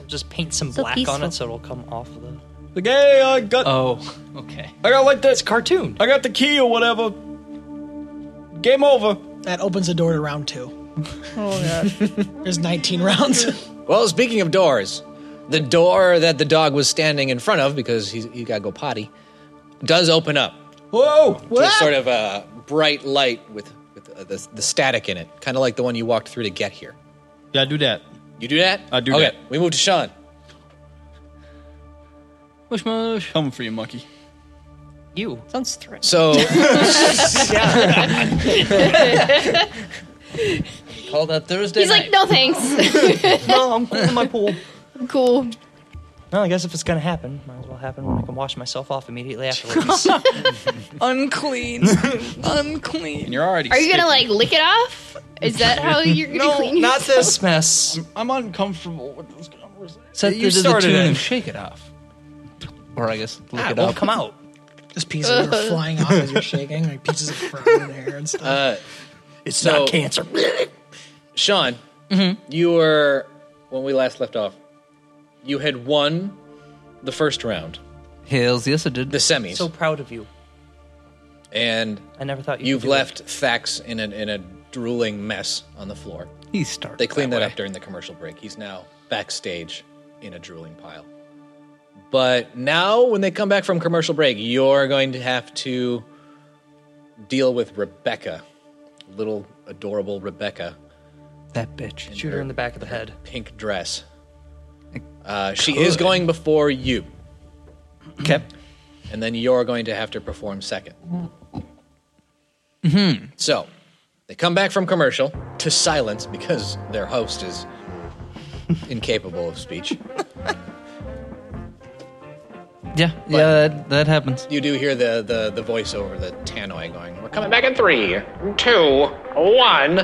Just paint some
So
black on
peaceful.
it so it'll come off of the.
Like, hey, I got.
Oh, okay.
I got like this
cartoon.
I got the key or whatever. Game over.
That opens the door to round two.
Oh god.
There's 19 rounds.
Well, speaking of doors, the door that the dog was standing in front of because he's, he got to go potty does open up.
Whoa!
What? Sort of a bright light with, with uh, the, the static in it, kind of like the one you walked through to get here.
Yeah, I do that.
You do that?
I do
okay,
that.
we move to Sean.
Mush mush.
Coming for you, monkey.
You.
Sounds threatening.
So-
Call that Thursday.
He's like, no thanks.
no, I'm cool in my pool.
cool.
Well, I guess if it's gonna happen, might as well happen when I can wash myself off immediately afterwards.
Unclean. Unclean.
And you're already.
Are you gonna like lick it off? Is that how you're gonna
no,
clean
not
yourself?
this mess.
I'm uncomfortable with those conversations.
Set
You
you to the
started
tune
it.
and shake it off. Or I guess look
Ah, it
it
won't
up.
come out.
Just pieces of you are flying off as you're shaking, like pieces of fur in the air and stuff.
Uh,
it's
not cancer.
Sean,
Mm-hmm.
you were when we last left off. You had won the first round,
Hills. Yes, I did.
the semis,
So proud of you.
and
I never thought you
you've
could do
left Thax in a in a drooling mess on the floor.
He started.
They cleaned that, up during the commercial break. He's now backstage in a drooling pile. But now, when they come back from commercial break, you're going to have to deal with Rebecca, little adorable Rebecca,
That bitch.
Shoot her in the back of the head.
pink dress. Uh, she is going before you.
Okay.
And then you're going to have to perform second.
Mm-hmm.
So they come back from commercial to silence because their host is incapable of speech.
Yeah. yeah. That, that happens.
You do hear the the, the voiceover, the tannoy going, We're coming back
in three, two,
one.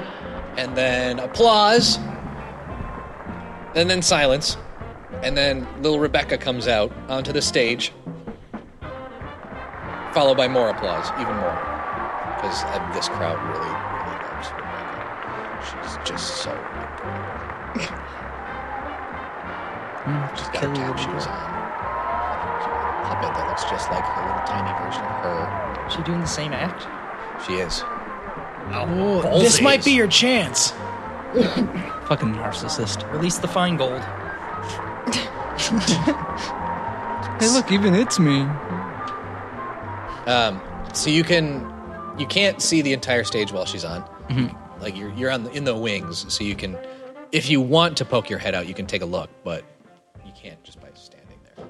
And then applause. And then silence. And then little Rebecca comes out onto the stage. Followed by more applause, even more. Because this crowd really, really loves Rebecca. She's just so
Mm,
She's got her tattoos on. Puppet that looks just like a little tiny version of her.
Is she doing the same act?
She is.
Oh, this
Ballsies.
might be your chance.
Fucking narcissist.
Release the fine gold.
Hey, look, even it's me.
Um, so you can, you can't see the entire stage while she's on. Like you're you're on the, in the wings, so you can, if you want to poke your head out, you can take a look, but you can't just by standing there.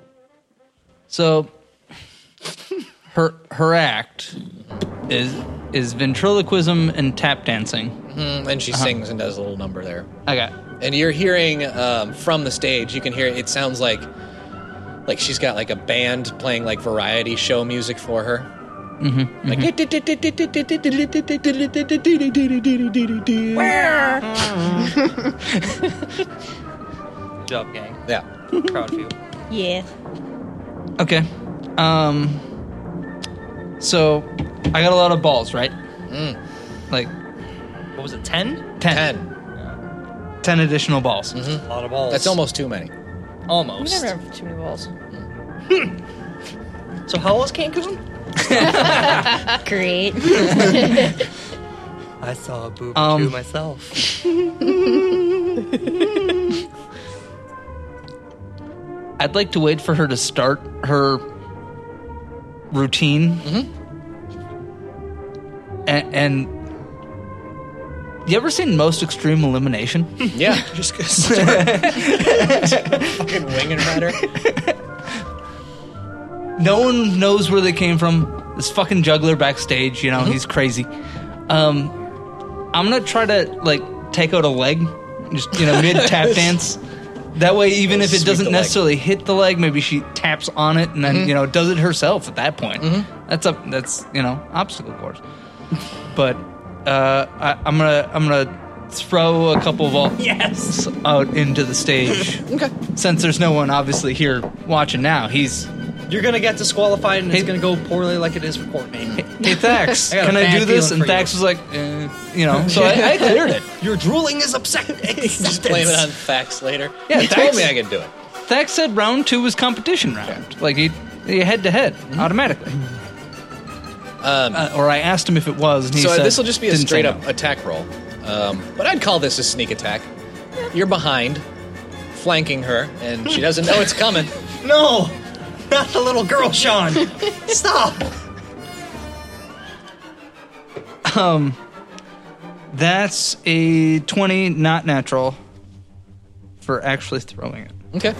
So her her act is is ventriloquism and tap dancing.
Mm, and she sings and does a little number there.
Okay.
And you're hearing um, from the stage. You can hear it sounds like, like she's got like a band playing like variety show music for her.
Mm-hmm.
Like
Good job, gang.
Yeah.
Proud of you.
Yeah.
Okay. Um. So I got a lot of balls, right?
Mm.
Like
What was it, 10?
10,
ten.
10 additional balls.
A lot of balls.
That's almost too many.
We
Almost.
never have too many balls.
So how else Cancun?
Great.
I saw a boob
Um,
too myself.
I'd like to wait for her to start her routine. And, and you ever seen Most Extreme Elimination?
Yeah.
Just
fucking winging matter.
no one knows where they came from. This fucking juggler backstage, you know,
Mm-hmm.
he's crazy. Um, I'm gonna try to like take out a leg, just you know, mid tap dance. That way, even if it
Sweep the
doesn't
leg.
necessarily hit the leg, maybe she taps on it and then
Mhm.
you know does it herself at that point.
Mm-hmm.
That's up. That's you know obstacle course. but uh, I, I'm gonna I'm gonna throw a couple of yes out into the stage. okay. Since there's no one obviously here watching now, he's
You're gonna get disqualified, and it's gonna go poorly like it is for Courtney.
hey Thax,
I got a
can I
bad
do this?
feeling for
And
you.
Thax was like, eh, you know, so I, I cleared it.
Your drooling is upset. Just
blame it on
facts later.
Yeah,
he told
thanks.
me I could do it.
Thax said round two was competition round, like he head to head
Mm-hmm.
automatically.
Um,
Uh, or I asked him if it was, and he
so
uh,
uh,
said,
this will just be a
didn't say
straight
no.
up attack roll, um, but I'd call this a sneak attack. You're behind, flanking her, and she doesn't know it's coming.
No, not the little girl, Sean. Stop.
Um, that's a twenty, not natural, for actually throwing it.
Okay.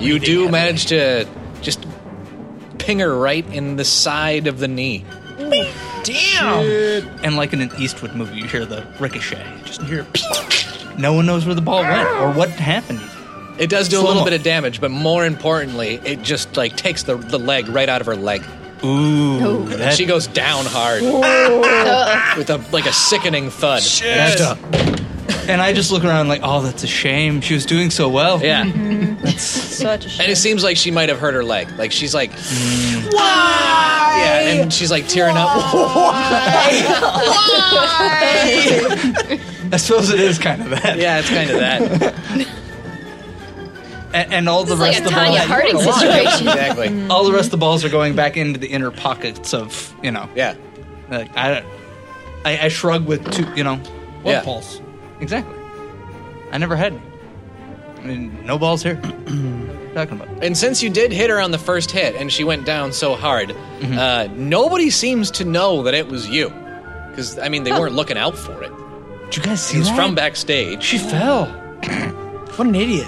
You do manage to just ping her right in the side of the knee.
Damn! And like in an Eastwood movie, you hear the ricochet. You Just hear. a No one knows where the ball went or what happened.
It does do a
Slow-mo.
little bit of damage, but more importantly, it just like takes the, the leg right out of her leg.
Ooh,
And
that-
she goes down hard with a like a sickening thud.
That's up. And I just look around like, oh, that's a shame. She was doing so well.
Yeah.
Such a
And it seems like she might have hurt her leg. Like she's like,
Why?
yeah, and she's like tearing
I suppose it is kind of that.
Yeah, it's kind of that.
and, and all the
This is
rest
like
of
a
the
Tanya
balls,
Harding situation.
Exactly.
All the rest of the balls are going back into the inner pockets of you know.
Yeah.
Like I, don't- I, I shrug with two. You know. One
Yeah.
pulse. Exactly. I never had. I mean, no balls here. Talking about.
And since you did hit her on the first hit and she went down so hard, uh, nobody seems to know that it was you. Because, I mean, they weren't looking out for it.
Did you guys see
It was
that?
from backstage.
She fell. what an idiot.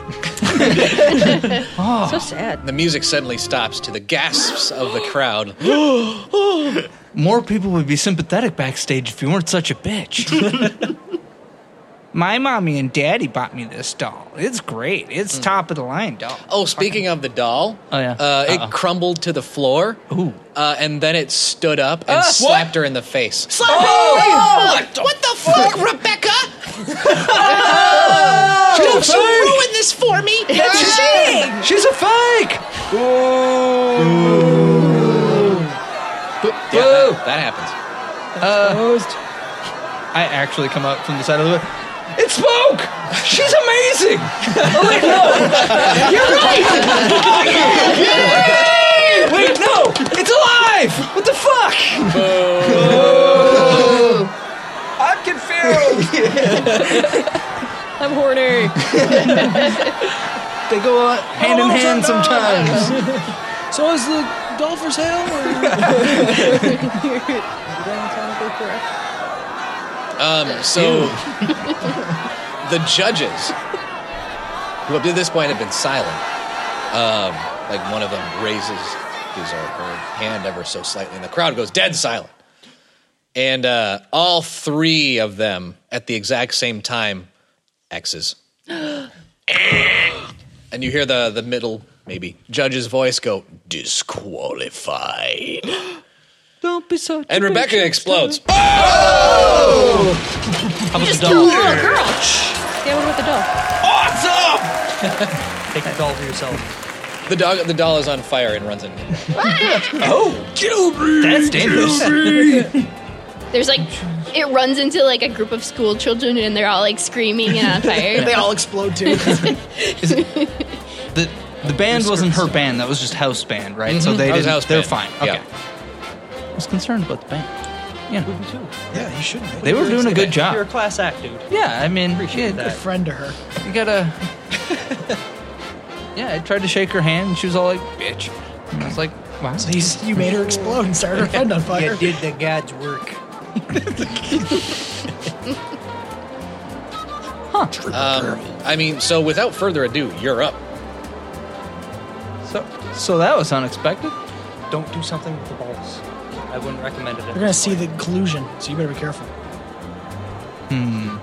So sad. The music suddenly stops to the gasps of the crowd.
More people would be sympathetic backstage if you weren't such a bitch. My mommy and daddy bought me this doll. It's great. It's top of the line doll.
Oh, speaking of the doll,
Oh, yeah.
uh,
Uh-oh.
it crumbled to the floor, Uh, and then it stood up and
Ah,
slapped her in the face.
Slap her!
What the, what the fuck, Rebecca?
She's a
you
fake!
ruined this for me?
She's- She's a fake!
Yeah,
oh.
that, that happens.
Exposed. I actually come out from the side of the way. It spoke! She's amazing! oh, wait, no! You're right! Yay! Wait, no! It's alive! What the fuck? I'm confused!
I'm horny.
they go out hand in hand sometimes.
so is the Dolphers hell?
Um, so the judges, who up to this point have been silent, um, like one of them raises his or her hand ever so slightly, and the crowd goes dead silent. And uh, all three of them at the exact same time, X's. and you hear the the middle maybe judge's voice go disqualified.
Don't be so.
And Rebecca explodes.
How about the
Yeah, what about the doll?
Awesome!
Take the doll for yourself. The dog, the doll is on fire and runs in.
oh,
kill me!
That's dangerous. kill
There's like, it runs into like a group of school children and they're all like screaming and on fire.
they all explode too.
The, The band wasn't her band. That was just house band, right? So
Mhm.
they
That was
didn't,
house
they're
band.
fine. Okay.
Yeah.
I was concerned about the band. Yeah.
Would be too.
Yeah, you should. be.
They were doing a good job.
You're a class act, dude.
Yeah, I mean,
Appreciate
yeah,
that.
good
friend to her.
You gotta. yeah, I tried to shake her hand, and she was all like, "Bitch." And I was like, "Wow."
So you, you made her explode and started her friend on fire.
You did the God's work.
huh.
Um, I mean, so without further ado, you're up.
So, so that was unexpected.
Don't do something with the balls. I wouldn't recommend it.
You're gonna see the collusion, so you better be careful.
Hmm.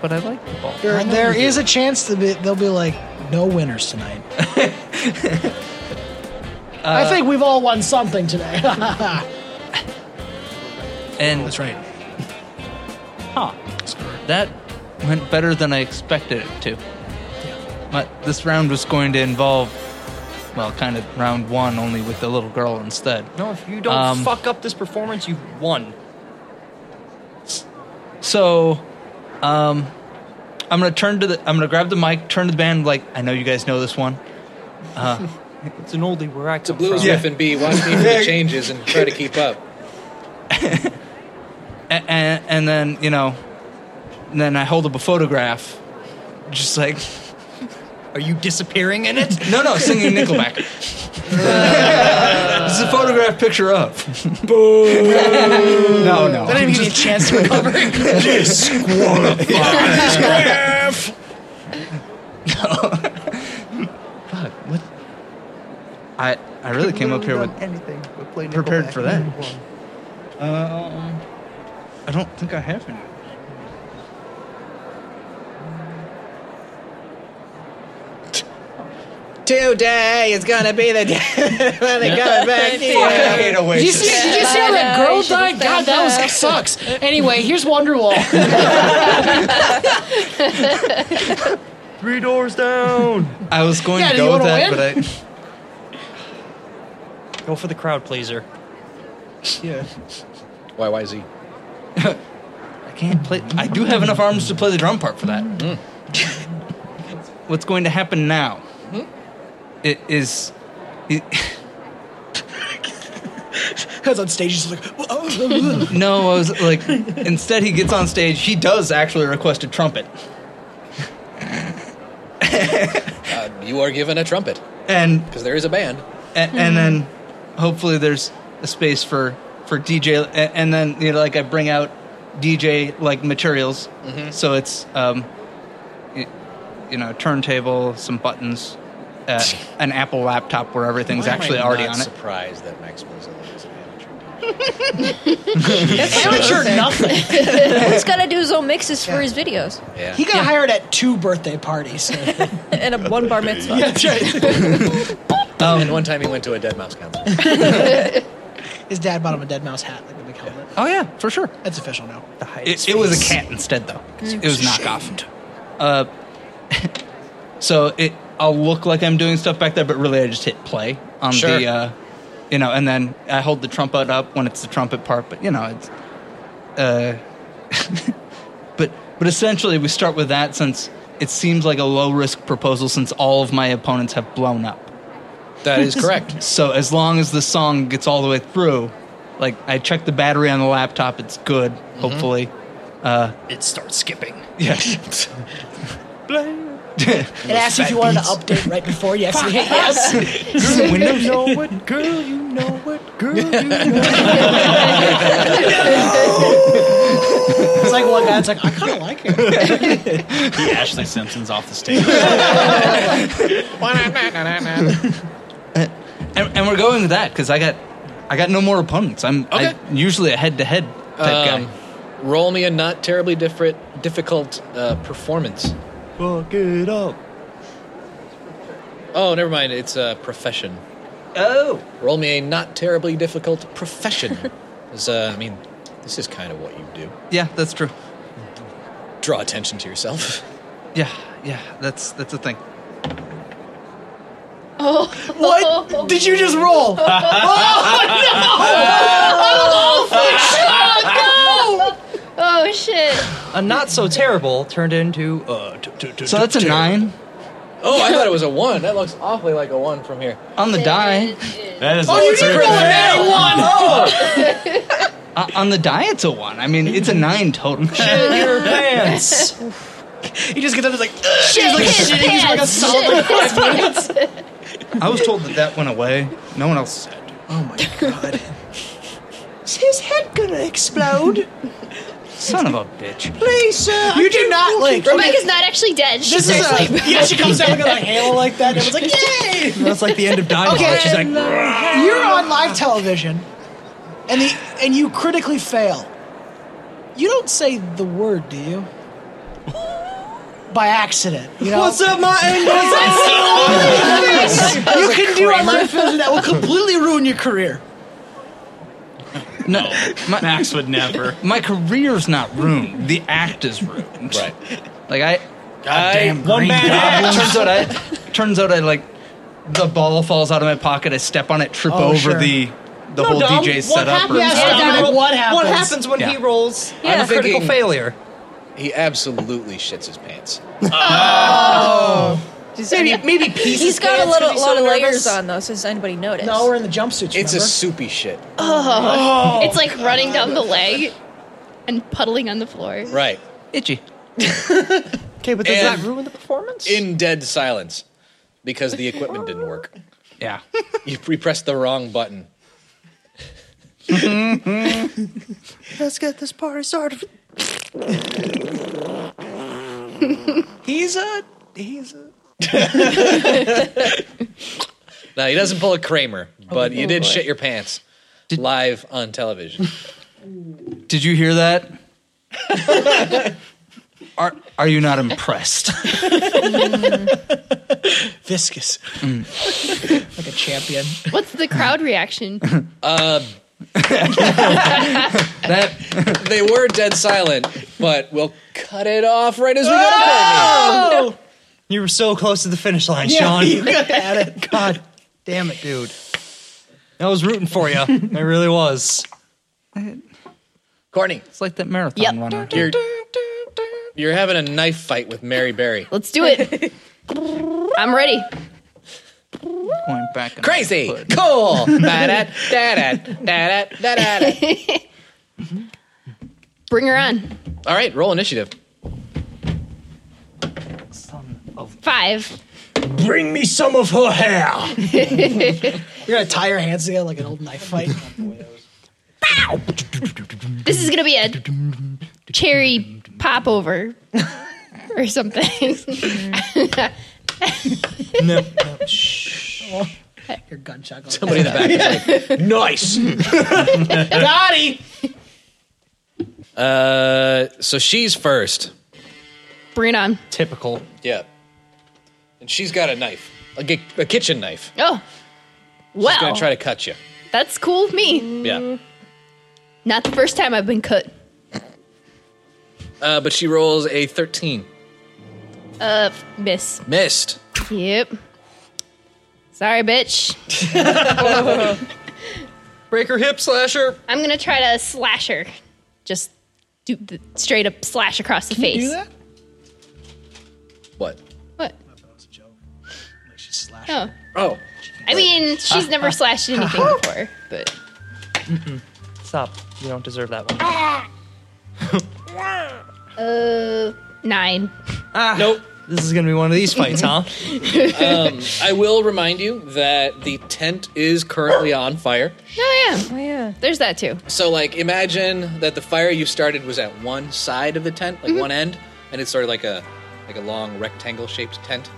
But I like the ball.
There, there is a chance that be- they'll be like, no winners tonight. I think we've all won something today.
And
that's right.
Huh. That went better than I expected it to. My, this round was going to involve, well, kind of round one, only with the little girl instead.
No, if you don't
Um,
fuck up this performance, you've won.
So, um, I'm gonna turn to the. I'm gonna grab the mic, turn to the band. Like, I know you guys know this one. Uh,
It's an oldie where I come
Blues
from.
F and B. Watch me for the changes and try to keep up.
and, and and then you know, and then I hold up a photograph, just like.
Are you disappearing in it?
No, no, singing Nickelback. this is a photograph picture of. no, no.
They didn't even give you a chance to recover. Disqualified.
Fuck, what? I I really came up here with
anything but play
prepared
Nickelback
for
and
that.
you won.
Um, I don't think I have any.
Today is gonna be the day when they come back to you.
Fuck, I hate Did you see, did you see how that girl died? God, that
out.
was, sucks. Anyway, here's Wonderwall.
Three doors down.
I was going
Yeah,
to
do you
go with
wanna
that,
win?
but I
Go for the crowd pleaser.
yeah.
YYZ.
I can't play. I do have enough arms to play the drum part for that.
Mm.
What's going to happen now?
Hmm?
It is. it-
I was on stage, just like, oh.
no, I was like. Instead, he gets on stage. He does actually request a trumpet,
Uh, you are given a trumpet
and
because there is a band.
and, and then hopefully there's a space for for DJ, and, and then you know, like I bring out DJ like materials,
Mhm.
so it's um, y- you know, turntable, some buttons, uh, an Apple laptop where everything's
Why am I
actually already
not
on it.
Surprised that Max Bozola is an amateur.
Amateur nothing.
He's got to do his own mixes for his videos.
Yeah.
He got hired at two birthday parties.
and a one bar mitzvah.
Yeah, that's right.
and one time he went to a Dead Mouse concert.
His dad bought him a dead mouse hat, like the big helmet.
Oh yeah, for sure.
That's official now.
It, it was a cat instead, though. It was knockoff. Uh, so it, I'll look like I'm doing stuff back there, but really I just hit play on
Sure.
the, uh, you know, and then I hold the trumpet up when it's the trumpet part. But you know, it's, uh, but but essentially we start with that since it seems like a low risk proposal since all of my opponents have blown up.
That is correct.
So as long as the song gets all the way through, like I check the battery on the laptop, it's good. Hopefully, uh,
It starts skipping.
yeah.
It asked if you wanted to update right before you actually hit yes.
Girl, you
know
what? Girl, you know what? Girl, you
It's like one guy's like, I kind of like it.
The Ashley Simpson's off the stage.
and, and we're going with that because I got, I got no more opponents. I'm
Okay.
I, usually a head to head type
Um,
guy.
roll me a not terribly different, difficult uh, performance.
Fuck it up.
Oh, never mind. It's a profession.
Oh.
Roll me a not terribly difficult profession. 'Cause, uh, I mean, this is kind of what you do.
Yeah, that's true.
Draw attention to yourself.
Yeah, yeah, that's that's a thing.
Oh.
What did you just roll?
Uh,
Oh, no! Oh, shit.
A not so terrible turned into uh. t- t- t-
So that's a
t-
nine.
Oh, I thought it was a one. That looks awfully like a one from here.
On the die.
That
is Oh, you did roll
that
a
one.
Uh, on the die, it's a one. I mean, it's a nine totem.
Shit your pants. He just gets up and is like, shit, he's like
his
shitting. He's like a
pants.
solid like five minutes.
I was told that that went away. No one else said.
Is his head gonna explode?
Son of a bitch.
Please, sir.
You do not like.
Rebecca's not actually dead. She's
This is
asleep.
a, yeah, she comes down with a halo like that, and everyone's like, yay!
That's like the end of Diamond.
Okay.
She's like,
You're on live television, and the and you critically fail. You don't say the word, do you? By accident, you know.
What's up, Martin?
That's the only thing
That was
you
a
can do on
Kramer.
live television that will completely ruin your career.
No, Max would never. My career's not ruined. The act is ruined. Right. Like I, goddamn
one bad act.
Turns out I, turns out I like, the ball falls out of my pocket. I step on it, trip
Oh,
over
sure.
the, the
No,
whole
Dom,
DJ
what
setup.
happened? Yes,
stuff.
Dom, what happens?
when
Yeah.
he rolls
Yeah, critical failure?
He absolutely shits his pants.
Oh.
Maybe- maybe pieces
He's got a
pants,
little,
he's so
lot of
nervous.
layers on though, so does anybody notice?
No, we're in the jumpsuits.
It's a
remember?
soupy shit.
Oh.
Oh.
It's like running down the leg and puddling on the floor.
Right.
Itchy.
okay,
but does that
ruin the performance? In dead silence, because the equipment didn't work.
Yeah.
You we pressed the wrong button.
Let's get this party started.
he's a he's No, he doesn't pull a Kramer, but
Oh,
you did
boy.
shit your pants live on television.
Did you hear that? are Are you not impressed?
Viscous. Like a champion.
What's the crowd reaction?
Uh, they were dead silent, but we'll cut it off right as we go to Courtney.
You were so close to the finish line,
Yeah,
Sean.
you
got at it. God damn it, dude. I was rooting for you. I really was.
Courtney.
It's like that marathon one.
You're, you're having a knife fight with Mary Berry.
Let's do it. I'm ready.
Going back. and
Crazy,
forth.
cool, da da da da da da da.
Bring her on.
All right, roll initiative.
Five.
Bring me some of her hair. You're gonna tie your hands together like an old knife fight.
This is gonna be a cherry popover or something.
No.
Your gunshot goes.
Somebody in the back is like, nice.
Got him.
Uh, so she's first.
Bring it on.
Typical.
Yeah. And she's got a knife, a, gi- a kitchen knife.
Oh,
She's
well,
gonna try to cut you.
that's cool with me.
Yeah.
Not the first time I've been cut.
Uh, but she rolls a thirteen.
Uh, miss.
Missed.
Yep. Sorry, bitch.
Breaker hip slasher.
I'm gonna try to slash her. Just do the straight up slash across the face.
you do that?
What?
What?
Slash.
Oh.
Oh.
I mean, she's never slashed anything before, but
Mm-mm. Stop. You don't deserve that one.
uh, nine.
Nope. This is going to be one of these fights, huh?
um, I will remind you that the tent is currently on fire.
Oh yeah. Oh yeah. There's that too.
So, like, imagine that the fire you started was at one side of the tent, like one end, and it's sort of like a like a long rectangle-shaped tent.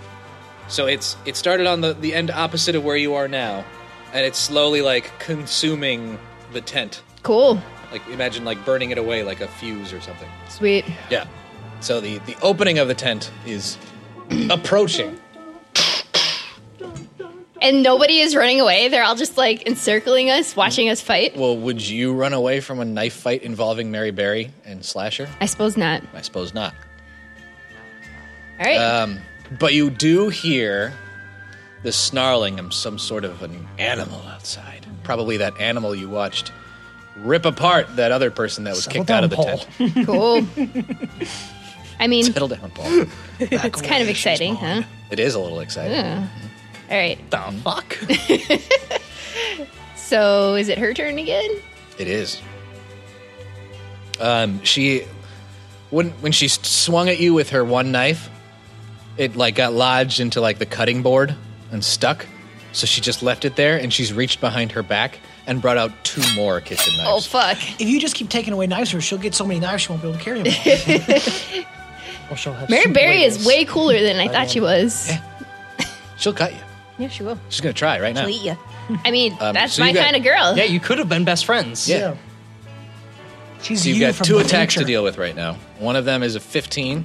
So it's it started on the the end opposite of where you are now, and it's slowly like consuming the tent.
Cool.
Like, imagine like burning it away like a fuse or something.
Sweet.
Yeah. So the the opening of the tent is approaching.
And nobody is running away. They're all just like encircling us, watching us fight.
Well, would you run away from a knife fight involving Mary Berry and Slasher?
I suppose not.
I suppose not.
All right.
Um, but you do hear the snarling of some sort of an animal outside. Probably that animal you watched rip apart that other person that was kicked out of the tent.
cool. I mean,
Settle down, Paul.
it's kind of exciting, huh?
It is a little exciting.
Yeah. All right.
The fuck?
So is it her turn again?
It is. Um, she when when she s- swung at you with her one knife, it like got lodged into like the cutting board and stuck. So she just left it there, and she's reached behind her back and brought out two more kitchen knives.
Oh fuck! If you just keep taking away knives from her, she'll get so many knives she won't be able to carry them. all. or she'll have
Mary
soup
Berry is
ladles.
way cooler than I
I
thought she was. Yeah,
She'll cut you.
she will.
She's gonna try right now.
She'll eat you. I mean,
Um,
that's
so you
my
got-
kind of girl.
Yeah, you could have been best friends.
Yeah.
She's
so you've
you
got
from
two
the
attacks to
future.
deal with right now. One of them is a 15,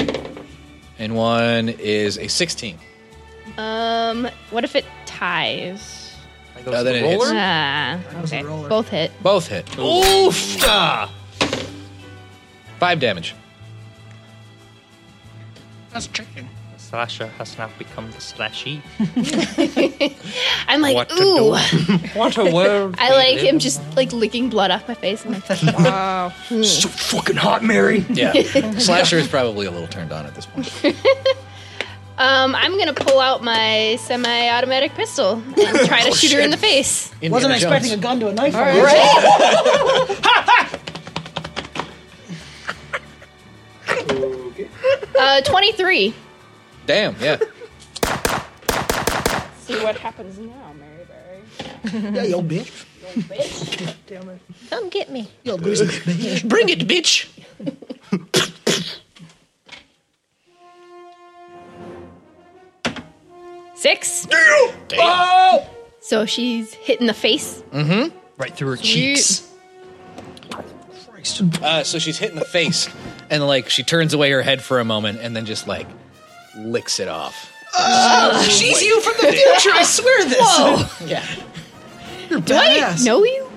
and one is a 16.
Um, what if it ties?
Uh, then it hits.
Ah, okay. Both hit.
Both hit. Oof! Five damage.
That's tricky.
The slasher has now become the slashy.
I'm like,
What to
ooh.
do? What a world
I
we
like
live
him just like licking blood off my face. I'm like, wow.
So fucking hot, Mary.
Yeah. Slasher is probably a little turned on at this point.
Um, I'm gonna pull out my semi-automatic pistol and try to shoot her in the face.
Oh, Indiana
Wasn't
Jones.
expecting a gun to a knife.
All
fight.
Uh, 23.
Damn, yeah.
See what happens now, Mary Berry.
Yeah, yo, bitch.
bitch. Damn it.
Come get me.
Yo, greasy bitch.
Bring it, bitch.
Six.
Damn.
Oh! So she's hit in the face.
Mm-hmm.
Right through her
Sweet.
Uh, so she's hit in the face, and like she turns away her head for a moment, and then just like licks it off.
Oh, she's you from the future. I swear this.
Whoa.
Yeah.
You're
Do I
badass.
know you?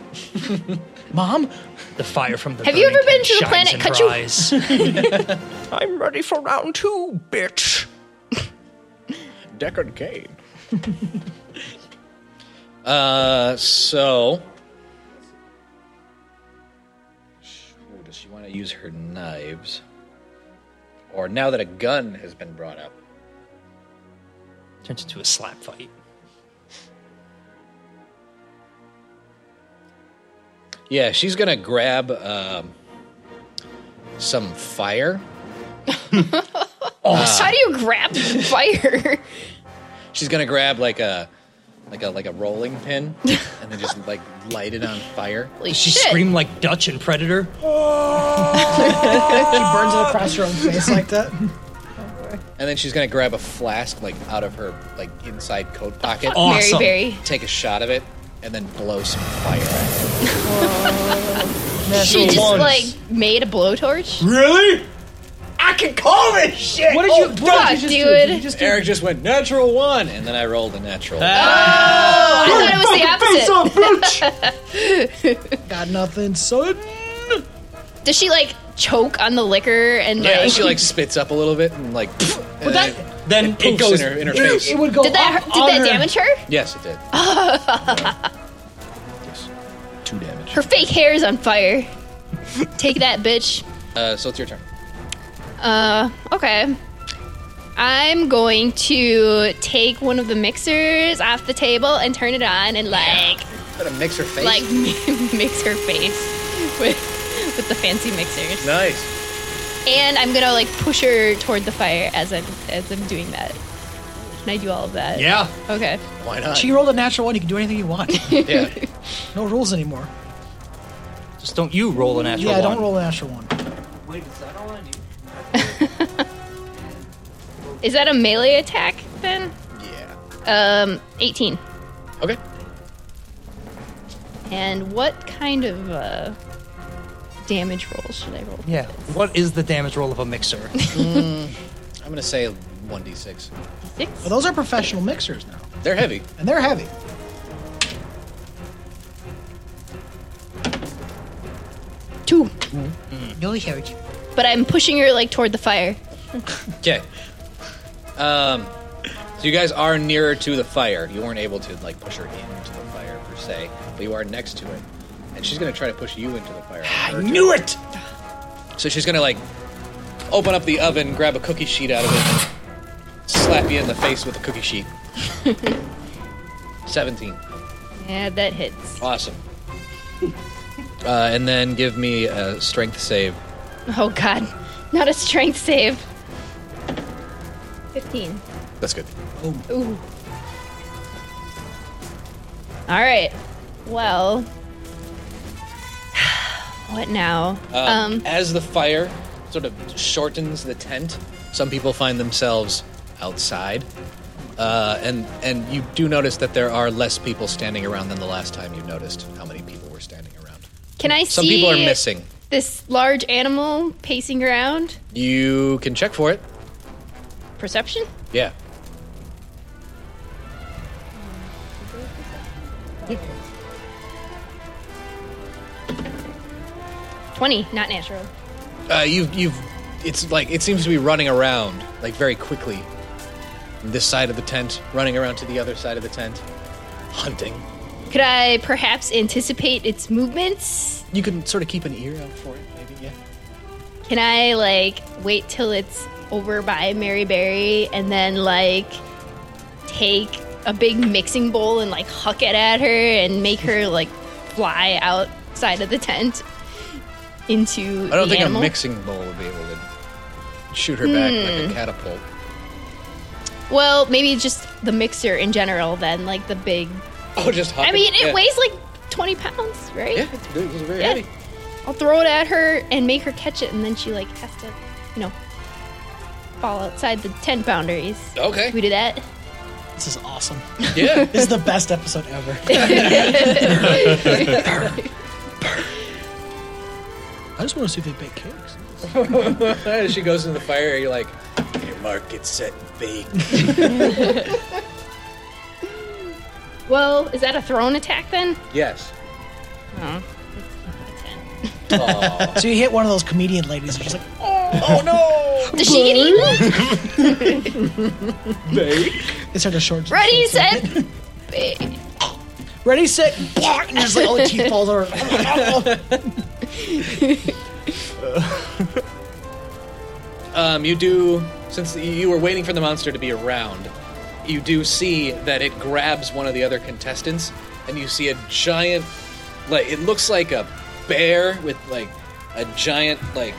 Mom?
The fire from the
Have you
burning
ever been to the
shines
planet
in
Cut
her
You?
eyes. I'm ready for round two, bitch.
Deckard Kane. Uh, so. Ooh, Does she want to use her knives? Or now that a gun has been brought up.
Turns into a slap fight.
Yeah, she's gonna grab um, some fire.
How do you grab the fire?
She's gonna grab like a like a like a rolling pin and then just like light it on fire.
Holy
Does she scream like Dutch in Predator?
she burns it across her own face like that.
And then she's gonna grab a flask like out of her like inside coat pocket.
fuck, Oh, Mary Awesome. Berry?
Take a shot of it and then blow some fire at it.
she just like made a blowtorch.
Really?
I can call this shit. Oh,
What did you-
do?
what did you Fuck, just do? dude. Did you
just Eric just went natural one, and then I rolled a natural.
Oh, I thought it was the opposite.
Got nothing, son.
Does she like choke on the liquor and
Yeah,
like,
she like spits up a little bit and like. But
that-
then it,
poofs
goes
in
in her, in her
it.
face.
It would go
Did that
up
hurt- did
on
that damage her?
Yes, it did.
her
Two damage.
fake hair is on fire. Take that, bitch.
Uh, so it's your turn.
Uh, okay. I'm going to take one of the mixers off the table and turn it on and like
Gotta mix her face.
like mix her face with with the fancy mixers.
nice.
And I'm gonna like push her toward the fire as I'm as I'm doing that. Can I do all of that?
Yeah.
Okay.
Why
She rolled a natural one. You can do anything you want.
Yeah.
No rules anymore.
Just don't you roll an natural
yeah,
one.
don't roll a natural one.
Wait, is that all I need?
Is that a melee attack then? Yeah. Um, 18.
Okay.
And what kind of uh, damage roll should I roll?
Yeah. What is the damage roll of a mixer?
I'm gonna say one d six.
Six.
Well, those are professional mixers now,
They're heavy.
and they're heavy.
Two.
Really heavy.
But I'm pushing her like toward the fire.
Okay. Um, so you guys are nearer to the fire. You weren't able to like push her into the fire per se, but you are next to it,
Ah,
and she's gonna try to push you into the fire. I
knew it.
So she's gonna like open up the oven, grab a cookie sheet out of it, slap you in the face with a cookie sheet. 17.
Yeah, that hits.
Awesome. Uh, and then give me a strength save.
Oh god. Not a strength save. 15.
That's good.
Ooh. All right. Well, what now?
Um, as the fire sort of shortens the tent, some people find themselves outside, uh, and and you do notice that there are less people standing around than the last time you noticed how many people were standing around.
Can I see
Some people are missing.
this large animal pacing around?
You can check for it.
Perception?
Yeah.
Twenty, not natural.
Uh, you've you've it's like it seems to be running around like very quickly. From this side of the tent, running around to the other side of the tent, hunting.
Could I perhaps anticipate its movements?
You can sort of keep an ear out for it, maybe. Yeah.
Can I like wait till it's over by Mary Berry and then like take a big mixing bowl and like huck it at her and make her like fly outside of the tent into
I don't
the
think
animal?
a mixing bowl would be able to shoot her back like
Hmm.
a catapult.
Well, maybe just the mixer in general then, like the big
Oh, just hop
I mean, it
yeah.
weighs like 20 pounds, right?
Yeah, it's, big, it's very
Yeah.
heavy.
I'll throw it at her and make her catch it, and then she like has to, you know, fall outside the tent boundaries.
Okay.
We do that.
This is awesome.
Yeah.
this is the best episode ever. I just want to see if they bake cakes.
As she goes into the fire, you're like, your mark, get set, bake.
Well, is that a thrown attack then?
yes.
Oh.
so you hit one of those comedian ladies, and she's like,
Oh no!
Does she get eaten?
"Bake." It's like a short.
Ready, set, bake.
Ready, set, block, and there's like all the teeth falls over.
Um, you do, since you were waiting for the monster to be around, you do see that it grabs one of the other contestants, and you see a giant, like, it looks like a bear with, like, a giant, like,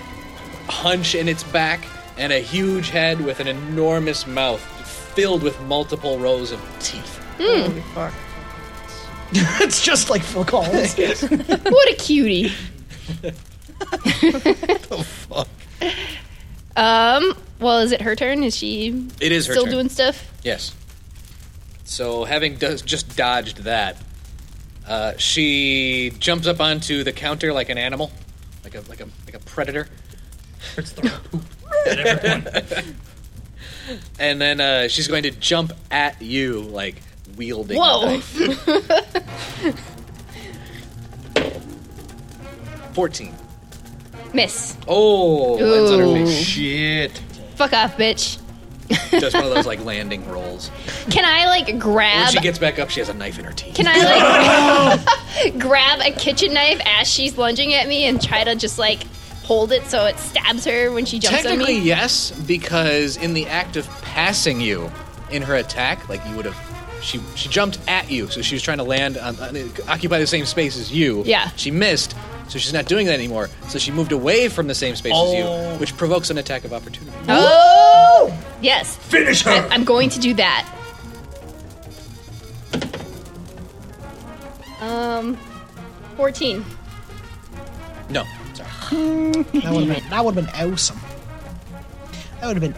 hunch in its back and a huge head with an enormous mouth filled with multiple rows of teeth.
Hmm.
fuck. it's just like Phil Collins.
What a cutie. Um. Well, is it her turn? Is she?
It is her
still
turn.
doing stuff.
Yes. So, having does, just dodged that, uh, she jumps up onto the counter like an animal, like a like a like a predator. and then uh, she's going to jump at you, like wielding. a
Whoa.
knife. Fourteen.
Miss.
Oh, lands on her
Ooh.
face. shit!
Fuck off, bitch.
Does one of those like landing rolls.
Can I like
When
grab?
she gets back up, she has a knife in her teeth.
Can I like grab a kitchen knife as she's lunging at me and try to just like hold it so it stabs her when she jumps on
Technically,
me?
yes, because in the act of passing you in her attack, like you would have, she she jumped at you, so she was trying to land on, on occupy the same space as you.
Yeah.
She missed, so she's not doing that anymore. So she moved away from the same space as you, which provokes an attack of opportunity.
Oh yes.
Finish her!
I, am going to do that. Um, fourteen.
No, sorry.
that would have been that would have been awesome. That would have been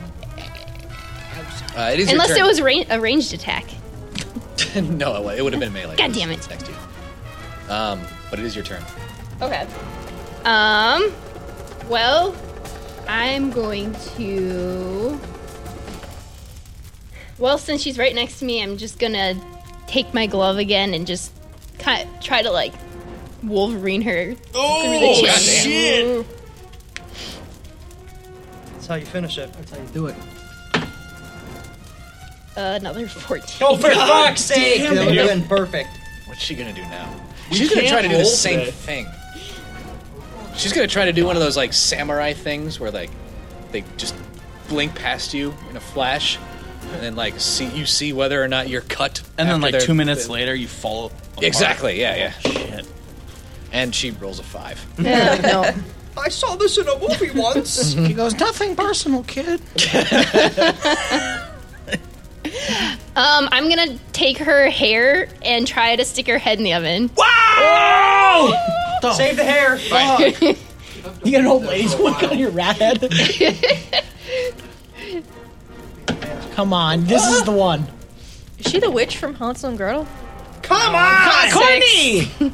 Uh, it is
Unless
your turn.
it was ra- a ranged attack.
no, it wa- it would have been melee.
God damn it.
Next to you. Um, but it is your turn.
Okay. Um. Well, I'm going to. Well, since she's right next to me, I'm just gonna take my glove again and just ki try to like Wolverine her through
Oh,
the chin.
shit! That's how you finish it. That's how you do it.
Uh, another fourteen.
Oh, for fuck's sake!
Damn
That
it.
would have been perfect.
What's she gonna do now?
We
She's gonna
can't
try to do the
roll
same
today.
thing. She's gonna try to do one of those like samurai things where like they just blink past you in a flash, and then like see you see whether or not you're cut.
And then,
after
like
they're-
two minutes
they-
later, you fall. apart.
Exactly. Yeah. Yeah. And she rolls a five.
I saw this in a movie once. he goes, nothing personal, kid.
Um, I'm gonna take her hair and try to stick her head in the oven.
Oh!
Wow! Save the hair. You got an old lady's wig on your rat head. Come on, this is the one.
Is she the witch from Hansel and Gretel?
Come on, Courtney!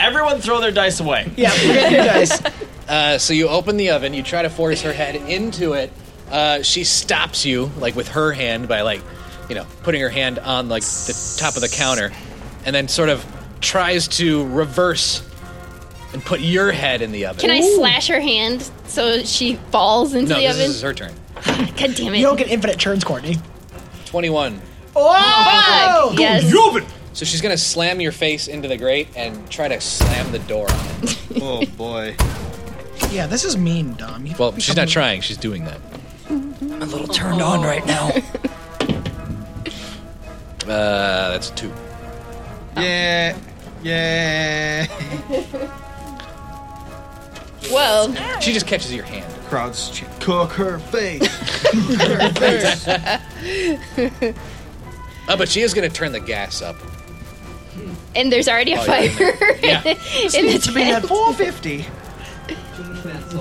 Everyone throw their dice away.
Yeah,
forget your dice. Uh, so you open the oven, you try to force her head into it. Uh, she stops you, like with her hand, by like, you know, putting her hand on like the top of the counter, and then sort of tries to reverse and put your head in the oven.
Can I slash her hand so she falls into
No,
the
this
oven?
is her turn.
God damn it!
You don't get infinite turns, Courtney.
Twenty-one.
Oh,
Fuck, yes.
So she's gonna slam your face into the grate and try to slam the door on it.
oh boy.
Yeah, this is mean, Dom. You-
Well, she's not trying. She's doing that.
I'm a little turned on right now.
Uh, that's two.
Yeah. Yeah.
Well,
She just catches your hand.
Crowds ch- cook her face.
Uh, but she is gonna turn the gas up.
and there's already a
Oh, yeah,
fire
yeah.
in the
Needs to be at
tent.
450.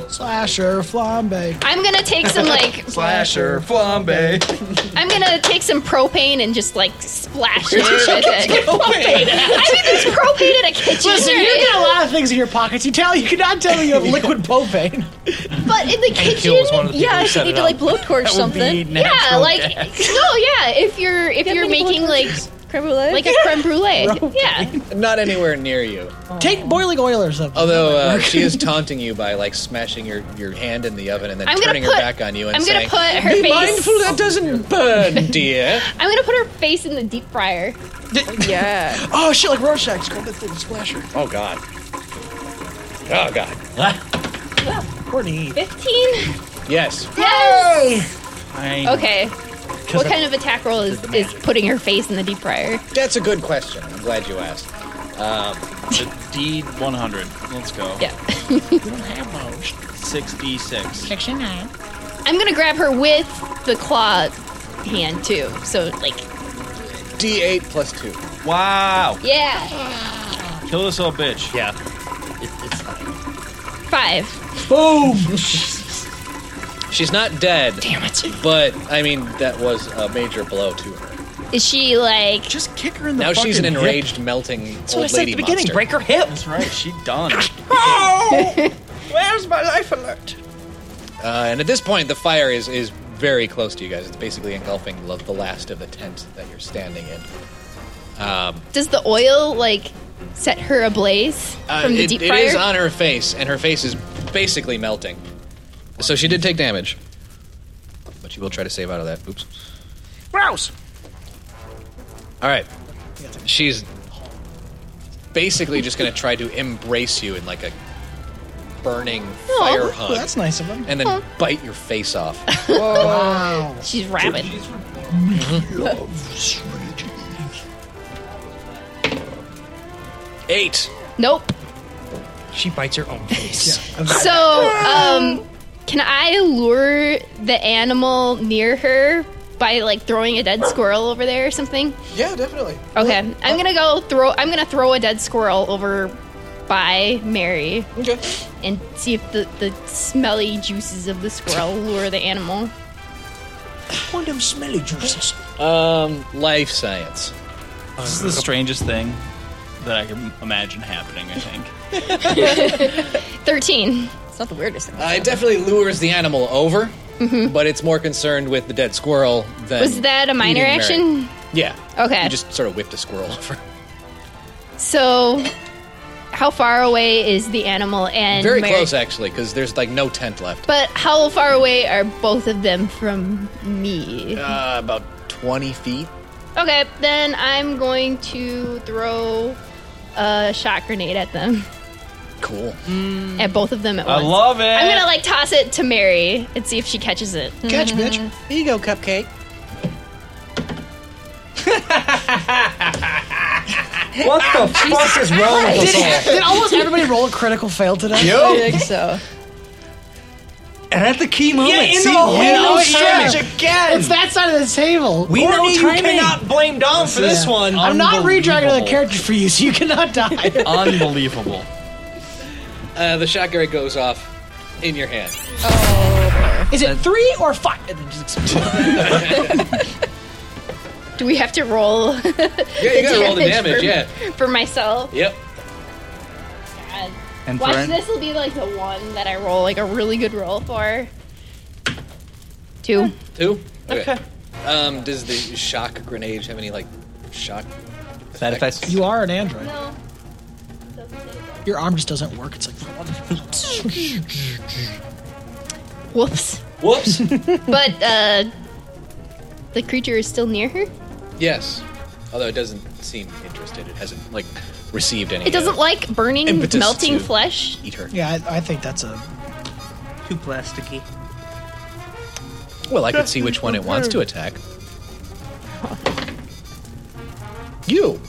Slasher flambe.
I'm gonna take some like
Slasher flambe.
I'm gonna take some propane and just like splash it with it. I mean, there's propane in a kitchen.
Listen, you
right?
get a lot of things in your pockets. You tell you cannot tell me you have liquid propane.
But in the kitchen,
kills one of the people
yeah, if
who
you
set
need
it
to like
up.
blowtorch
That would be
something. Yeah,
natural
like
gas.
no, yeah. If you're if you're making like
creme brulee,
like a creme brulee, yeah.
Not anywhere near you.
Take boiling oil or something.
Although uh, she is taunting you by like smashing your, your hand in the oven and then
I'm gonna
turning
put-
her back on you and
I'm gonna
saying,
put her
"Be
face- Oh,
mindful that doesn't burn, dear."
I'm gonna put her face in the deep fryer.
yeah.
Oh shit, like Rorschach's called that thing splasher.
oh God. Oh God.
Courtney.
Fifteen.
Yes.
Yay!
I
Okay. What
I-
kind of attack roll is, is putting her face in the deep fryer?
That's a good question. I'm glad you asked. Um,
the D 100. Let's go.
Yeah.
Six D six.
Section nine. I'm gonna grab her with the claw hand too. So like,
D8 plus two.
Wow.
yeah,
Kill this little bitch.
Yeah.
five.
Boom.
She's not dead. Damn it. But I mean, that was a major blow to her.
Is she like?
Just kick her in
Now she's an enraged, melting old lady monster.
her hip.
That's right. She done.
Oh! Where's my life alert?
Uh, and at this point, the fire is is very close to you guys. It's basically engulfing lo- the last of the tent that you're standing in. Um,
Does the oil like set her ablaze
uh,
from the
it,
deep
it
fryer?
is on her face, and her face is basically melting. So she did take damage, but she will try to save out of that. Oops.
Gross.
All right. She's basically just going to try to embrace you in like a burning fire hug.
that's nice of him.
And then bite your face off.
Wow.
She's rabid.
Eight.
Nope.
She bites her own face.
So, um, can I lure the animal near her by like throwing a dead squirrel over there or something?
Yeah, definitely.
Okay, I'm gonna go throw. I'm gonna throw a dead squirrel over by Mary.
Okay.
And see if the, the smelly juices of the squirrel lure the animal.
One of them smelly juices.
Um, life science.
This is the strangest thing that I can imagine happening. I think.
Thirteen.
It's not the weirdest thing.
Uh, it definitely lures the animal over,
Mhm.
but it's more concerned with the dead squirrel than.
Was that a minor
eating Mary.
action?
Yeah.
Okay.
You just sort of whipped a squirrel over.
So, how far away is the animal and
Very
Mary?
close, actually, because there's like no tent left.
But how far away are both of them from me?
Uh, about 20 feet.
Okay, then I'm going to throw a shot grenade at them.
Cool.
at both of them at
I
once.
love it.
I'm gonna like toss it to Mary and see if she catches it.
Catch, bitch.
Here you go, cupcake.
What the fuck is wrong with us
did,
all?
did almost everybody roll a critical fail today?
Yep. I think
so.
And at the key moment,
Yeah, in
see,
the whole
we know
time.
timing. Again.
It's that side of the table.
We know Courtney, you timing. cannot blame Dom for this one.
I'm not redragging another
Unbelievable.
character for you, so you cannot die.
Unbelievable.
Uh, the shotgun goes off in your hand.
Is it three or five? And then just
Do we have to roll? yeah,
you gotta roll the damage,
For,
yeah.
For myself.
Yep.
And
Watch
for-
this will be like the one that I roll like a really good roll for. Two.
Two. Okay. Um, does the shock grenade have any like shock?
Side
effects.
You are an android.
No.
Your arm just doesn't work. It's like.
Whoops.
Whoops.
but uh the creature is still near her?
Yes. Although it doesn't seem interested. It hasn't like received any.
It doesn't like burning
Impetus
melting
to-
flesh.
eat her.
yeah, I, I think that's a.
Too plasticky.
Well, I could see which one it wants to attack. You.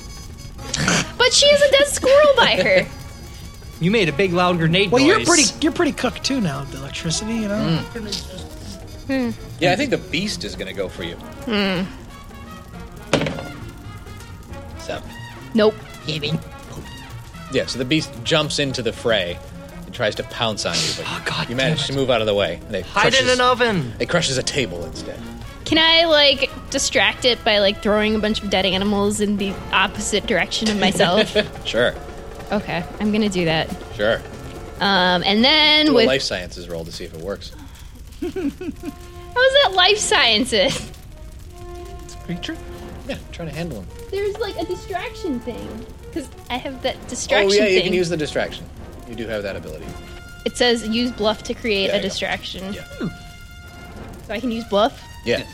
But she has a dead squirrel by her.
You made a big loud grenade
Well,
noise.
you're pretty. You're pretty cooked too now. with The electricity, you know.
Hmm.
Yeah, I think the beast is gonna go for you.
Hmm.
Seven.
Nope.
Yeah, so the beast jumps into the fray and tries to pounce on you, but you- you manage to move out of the way. And it
Hide
crushes,
in an
oven.
It crushes a table instead.
Can I like distract it by like throwing a bunch of dead animals in the opposite direction of myself?
Sure,
okay, I'm gonna do that.
sure.
Um, and then
Do a
with
life sciences roll to see if it works.
how's that life sciences?
Creature? Yeah, trying to handle him. Oh,
There's like a distraction thing because I have that distraction
oh yeah,
thing.
you can use the distraction. You do have that ability.
It says use bluff to create
Yeah, I
a
know.
distraction. So I can use bluff.
Yeah.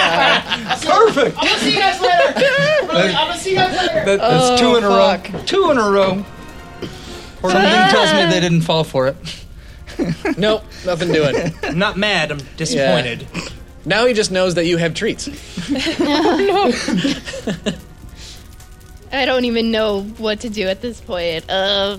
Perfect.
I'm gonna see you guys later.
Really, I'm
gonna see you guys later.
That- that's two in a row. Two in a row. Something tells me they didn't fall for it.
nope, nothing doing.
I'm not mad. I'm disappointed.
Now he just knows that you have treats.
I don't even know what to do at this point. Uh,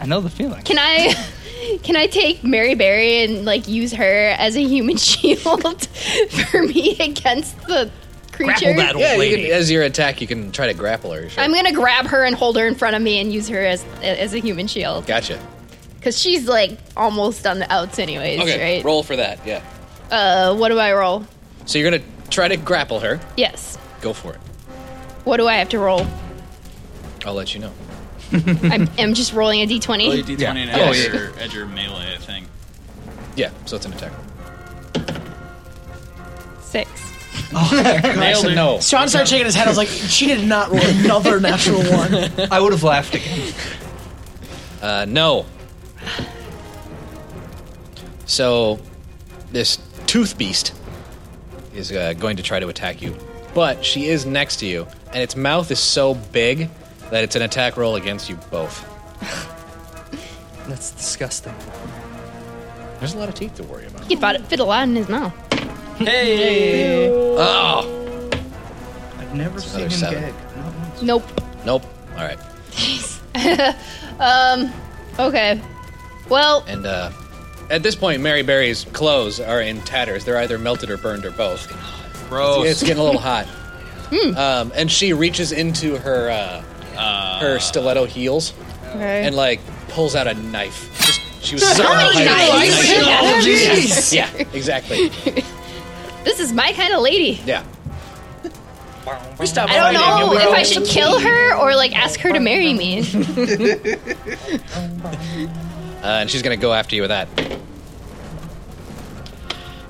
I know the feeling.
can I? Can I take Mary Berry and like use her as a human shield for me against the creature?
yeah, You can, as your attack, you can try to grapple her. Sure.
I'm gonna grab her and hold her in front of me and use her as as a human shield
Gotcha.
because she's like almost on the outs anyways,
okay,
right?
roll for that. Yeah.
Uh, what do I roll?
So you're gonna try to grapple her.
Yes.
Go for it.
What do I have to roll?
I'll let you know.
I'm, I'm just rolling a d20.
Roll your d20 and
Yeah. Oh,
add,
yeah.
your, add your melee thing.
Yeah, so it's an attack.
Six.
Nailed it. No.
Sean started shaking his head. I was like, she did not roll another natural one.
I would have laughed again.
Uh, no. So, this tooth beast is uh, going to try to attack you, but she is next to you, and its mouth is so big that it's an attack roll against you both.
That's disgusting.
There's a lot of teeth to worry about.
He could fit a lot in his mouth.
Hey.
Oh,
I've never
seen another him seven. gag.
Nope.
nope. All right,
um. Okay. Well,
and uh, at this point, Mary Berry's clothes are in tatters. They're either melted or burned or both.
Gross.
It's, it's getting a little hot.
Hmm.
Um, and she reaches into her uh, her stiletto heels
Okay.
and like pulls out a knife. Just, she was
How
so
many
hyped.
knives? Oh, jeez.
Yeah, exactly.
this is my kind of lady.
Yeah.
We stop
I don't
fighting and
know
we
if I
roll.
should kill her or like ask her to marry me.
Uh, and she's gonna go after you with that.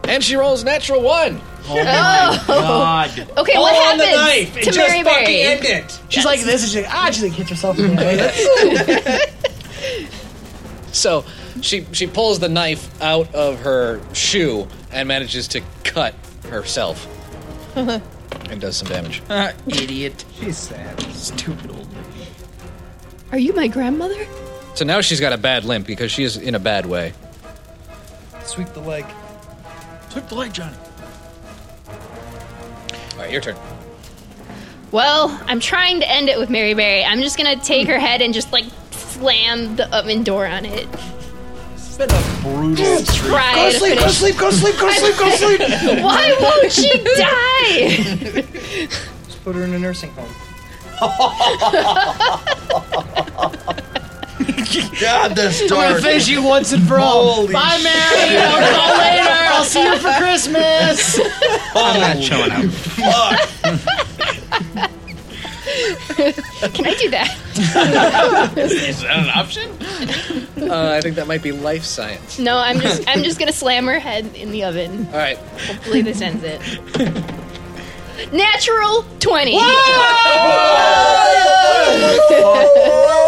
And she rolls natural one.
Oh my Oh. God. Okay, what
All on the
happens
knife.
to
It just
Mary
fucking
Berry?
end She's like this, and she's like, ah, she's like, hit yourself. in the head.
So she she pulls the knife out of her shoe and manages to cut herself and does some damage.
idiot. She's sad. Stupid old lady.
Are you my grandmother?
So now she's got a bad limp because she is in a bad way.
Sweep the leg. Sweep the leg, Johnny.
All right, your turn.
Well, I'm trying to end it with Mary Berry. I'm just gonna take her head and just like slam the oven door on it.
Brutal.
Try
Go
to
sleep, go
finish-
sleep, go sleep, go sleep, go sleep.
Why won't she die?
Just put her in a nursing home.
God, this
I'm gonna finish you once and for all. Bye, Mary. I'll call later. I'll see you for Christmas.
I'm not showing up.
Can I do that?
Is that an option? Uh, I think that might be life science.
No, I'm just I'm just gonna slam her head in the oven.
All right.
Hopefully this ends it. Natural twenty.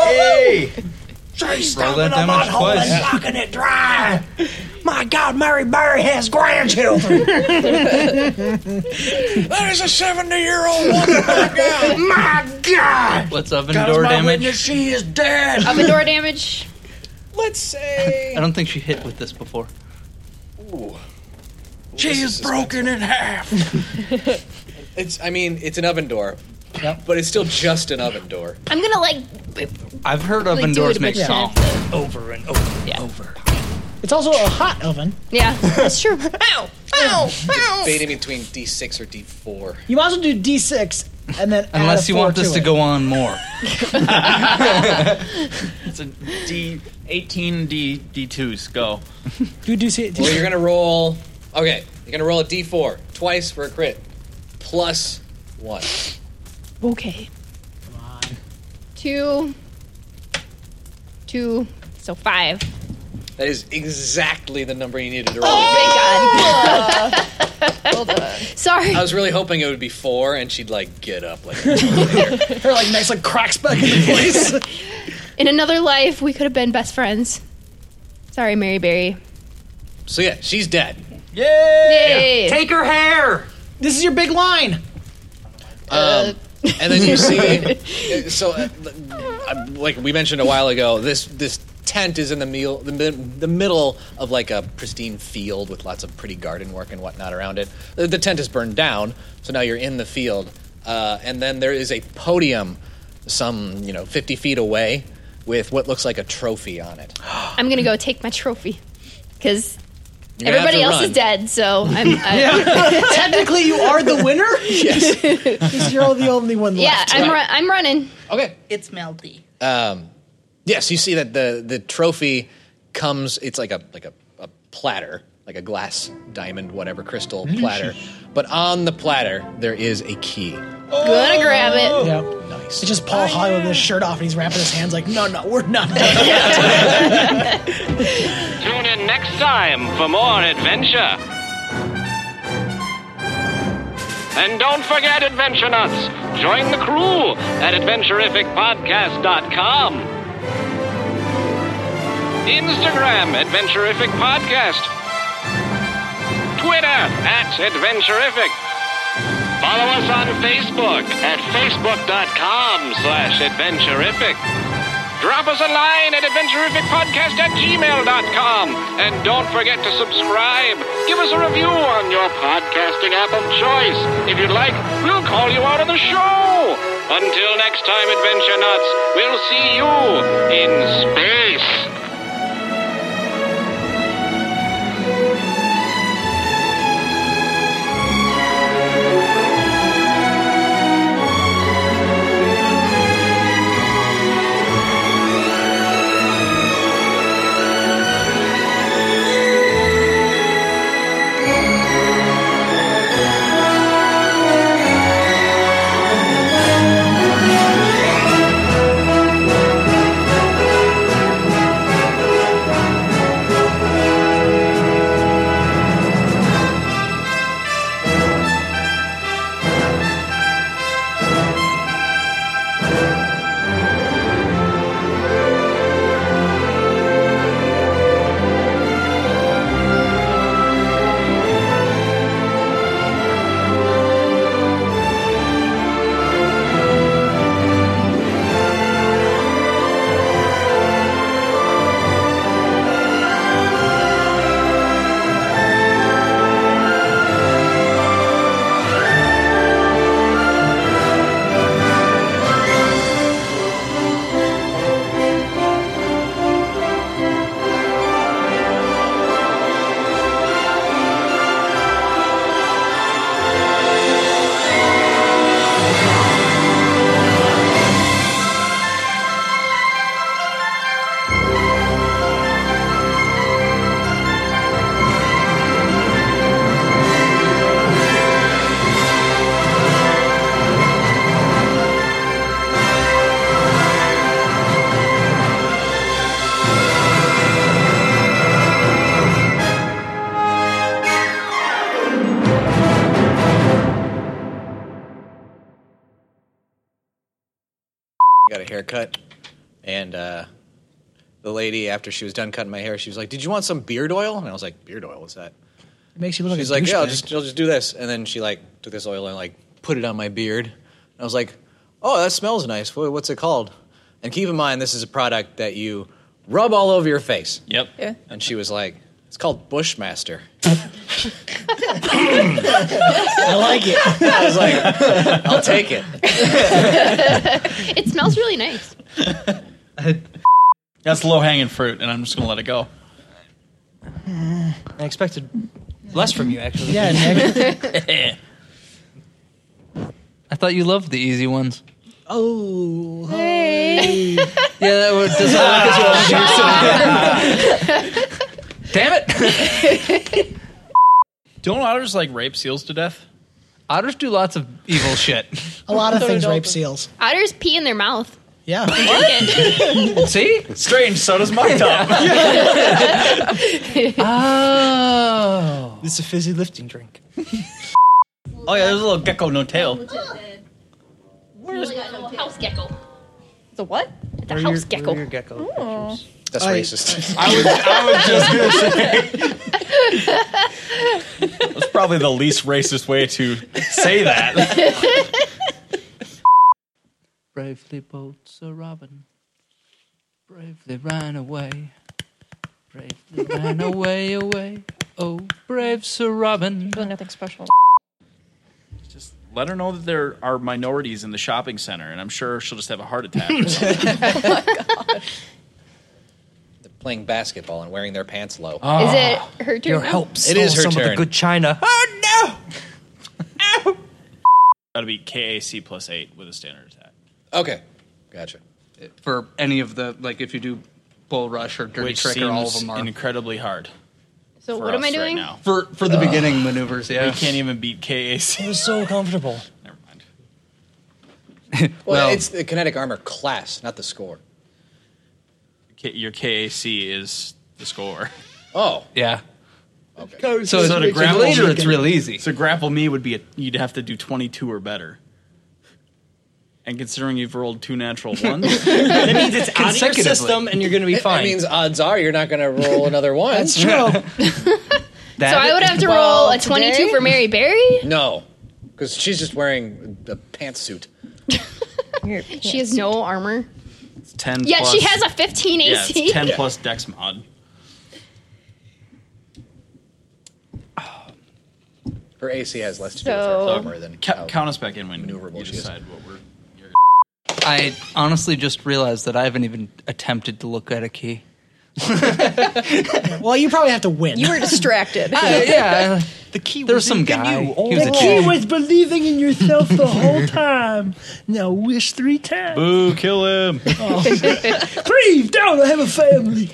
Hey! She's
Roll
stomping
that
a
damage
mudhole and
twice.
knocking it dry. My God, Mary Barry has grandchildren. that is a 70 year old woman. My God. My God.
What's oven
God is
door
my
damage?
witness, she is dead.
Oven door damage.
Let's say
I don't think she hit with this before.
she is broken in half.
It's. I mean, it's an oven door, but it's still just an oven door.
I'm gonna like
I've heard
Like,
oven
do it
doors
a
make
bit
song
over and over and over.
It's also a hot oven.
Yeah, that's true.
Ow! Ow!
Oh.
Fade in between D6 or D4.
You might as well do D6 and then. add
Unless
a
you
four
want this to
it.
go on more.
It's a D eighteen D D twos. Go.
You do see
Well, you're gonna roll. Okay, you're gonna roll a D4 twice for a crit, plus one.
Okay. Two. Two. So five.
That is exactly the number you needed to roll.
Ah! Sorry.
I was really hoping it would be four, and she'd like get up. Like
Her like nice like cracks back in the place.
In another life, we could have been best friends. Sorry, Mary Berry.
so, yeah, she's dead.
Yay!
Take her hair. This is your big line.
Um, and then you see, so uh, uh, like we mentioned a while ago, this this tent is in the meal the, mi- the middle of like a pristine field with lots of pretty garden work and whatnot around it. The, the tent is burned down, so now you're in the field, uh, and then there is a podium, some you know fifty feet away, with what looks like a trophy on it.
I'm gonna go take my trophy. Because
You're gonna have
everybody
to
else
run.
is dead, so I'm. i
Technically, you are the winner. Yes. Because you're the only one
Yeah,
left.
I'm, run I'm running.
Okay.
It's Melty.
Um, yes, you see that the the trophy comes. It's like a like a, a platter, like a glass diamond, whatever crystal platter. But on the platter there is a key.
Gonna grab it.
Yeah.
Nice.
It's just Paul Hollywood with his shirt off and he's wrapping his hands like, no, no, we're not done.
Tune in next time for more adventure. And don't forget, Adventure Nuts, join the crew at AdventurificPodcast.com. Instagram, Adventurific Podcast. Twitter, at Adventurific. Follow us on Facebook at Facebook.com slash Adventurific. Drop us a line at adventurificpodcast at gmail.com. And don't forget to subscribe. Give us a review on your podcasting app of choice. If you'd like, we'll call you out on the show. Until next time, Adventure Nuts, we'll see you in space.
haircut, and uh, the lady after she was done cutting my hair, she was like, "Did you want some beard oil?" And I was like, "Beard oil? What's that?"
It makes you look
She's
like,
like,
a
yeah, I'll
douchebag.
just, I'll just do this. And then she like took this oil and like put it on my beard. And I was like, oh, that smells nice. Wha- What's it called? And keep in mind, this is a product that you rub all over your face.
Yep.
Yeah.
And she was like, it's called Bushmaster.
I like it.
I was like, I'll take it.
it smells really nice.
That's low hanging fruit, and I'm just gonna let it go.
I expected less from you, actually.
Yeah,
Nick.
I thought you loved the easy ones.
Oh.
Hey. yeah, that would does that look Damn it!
Don't otters like rape seals to death?
Otters do lots of evil shit.
A lot of things rape seals.
Otters pee in their mouth.
Yeah.
See?
Strange, so does my top.
oh. It's a fizzy lifting drink.
Oh yeah, there's a little gecko, no tail.
Where's the house gecko?
The what?
The house gecko.
That's
I-
racist.
I was, I was just gonna say. That's probably the least racist way to say that.
Bravely bolts a robin. Bravely ran away. Bravely ran away, away. Oh, brave Sir Robin.
nothing special.
Let her know that there are minorities in the shopping center, and I'm sure she'll just have a heart attack. Or something.
Playing basketball and wearing their pants low.
Is it her turn?
Your
now?
help
It is
stole some
her
of
turn.
the good china.
That'll be KAC plus eight with a standard attack.
Okay, gotcha.
For any of the, like, if you do bull rush or dirty
Which
trick, or
seems
all of them are.
incredibly hard.
So
for
what am I
us right
doing?
now.
For, for the beginning maneuvers, yeah.
We can't even beat KAC.
It was so comfortable.
Well,
Well-
it's the kinetic armor class, not the score.
K- your KAC is the score.
Oh.
Yeah.
Okay.
So it's- it's later, it's real easy.
So grapple me would be a, you'd have to do twenty two or better. And considering you've rolled two natural ones,
that means it's out of your
Consecutively.
system and you're going to be
It-
fine.
That means odds are you're not going to roll another one.
That's true.
so I would have to roll a 22 for Mary Berry?
No, because she's just wearing a pantsuit.
She has no armor.
it's ten.
Yeah,
plus,
she has a 15
yeah, it's
AC.
ten plus Dex mod.
Her AC has less to do
So-
with her armor than
Oh.
Ca- count us back in when maneuverable. You
she is.
decide what we're.
I honestly just realized that I haven't even attempted to look at a key.
well, you probably have to win.
You were distracted.
I- yeah.
The key
There was some guy. He was a
the key
chick.
was believing in yourself the whole time. Now wish three times.
Boo! Kill him.
Breathe down. I have a family.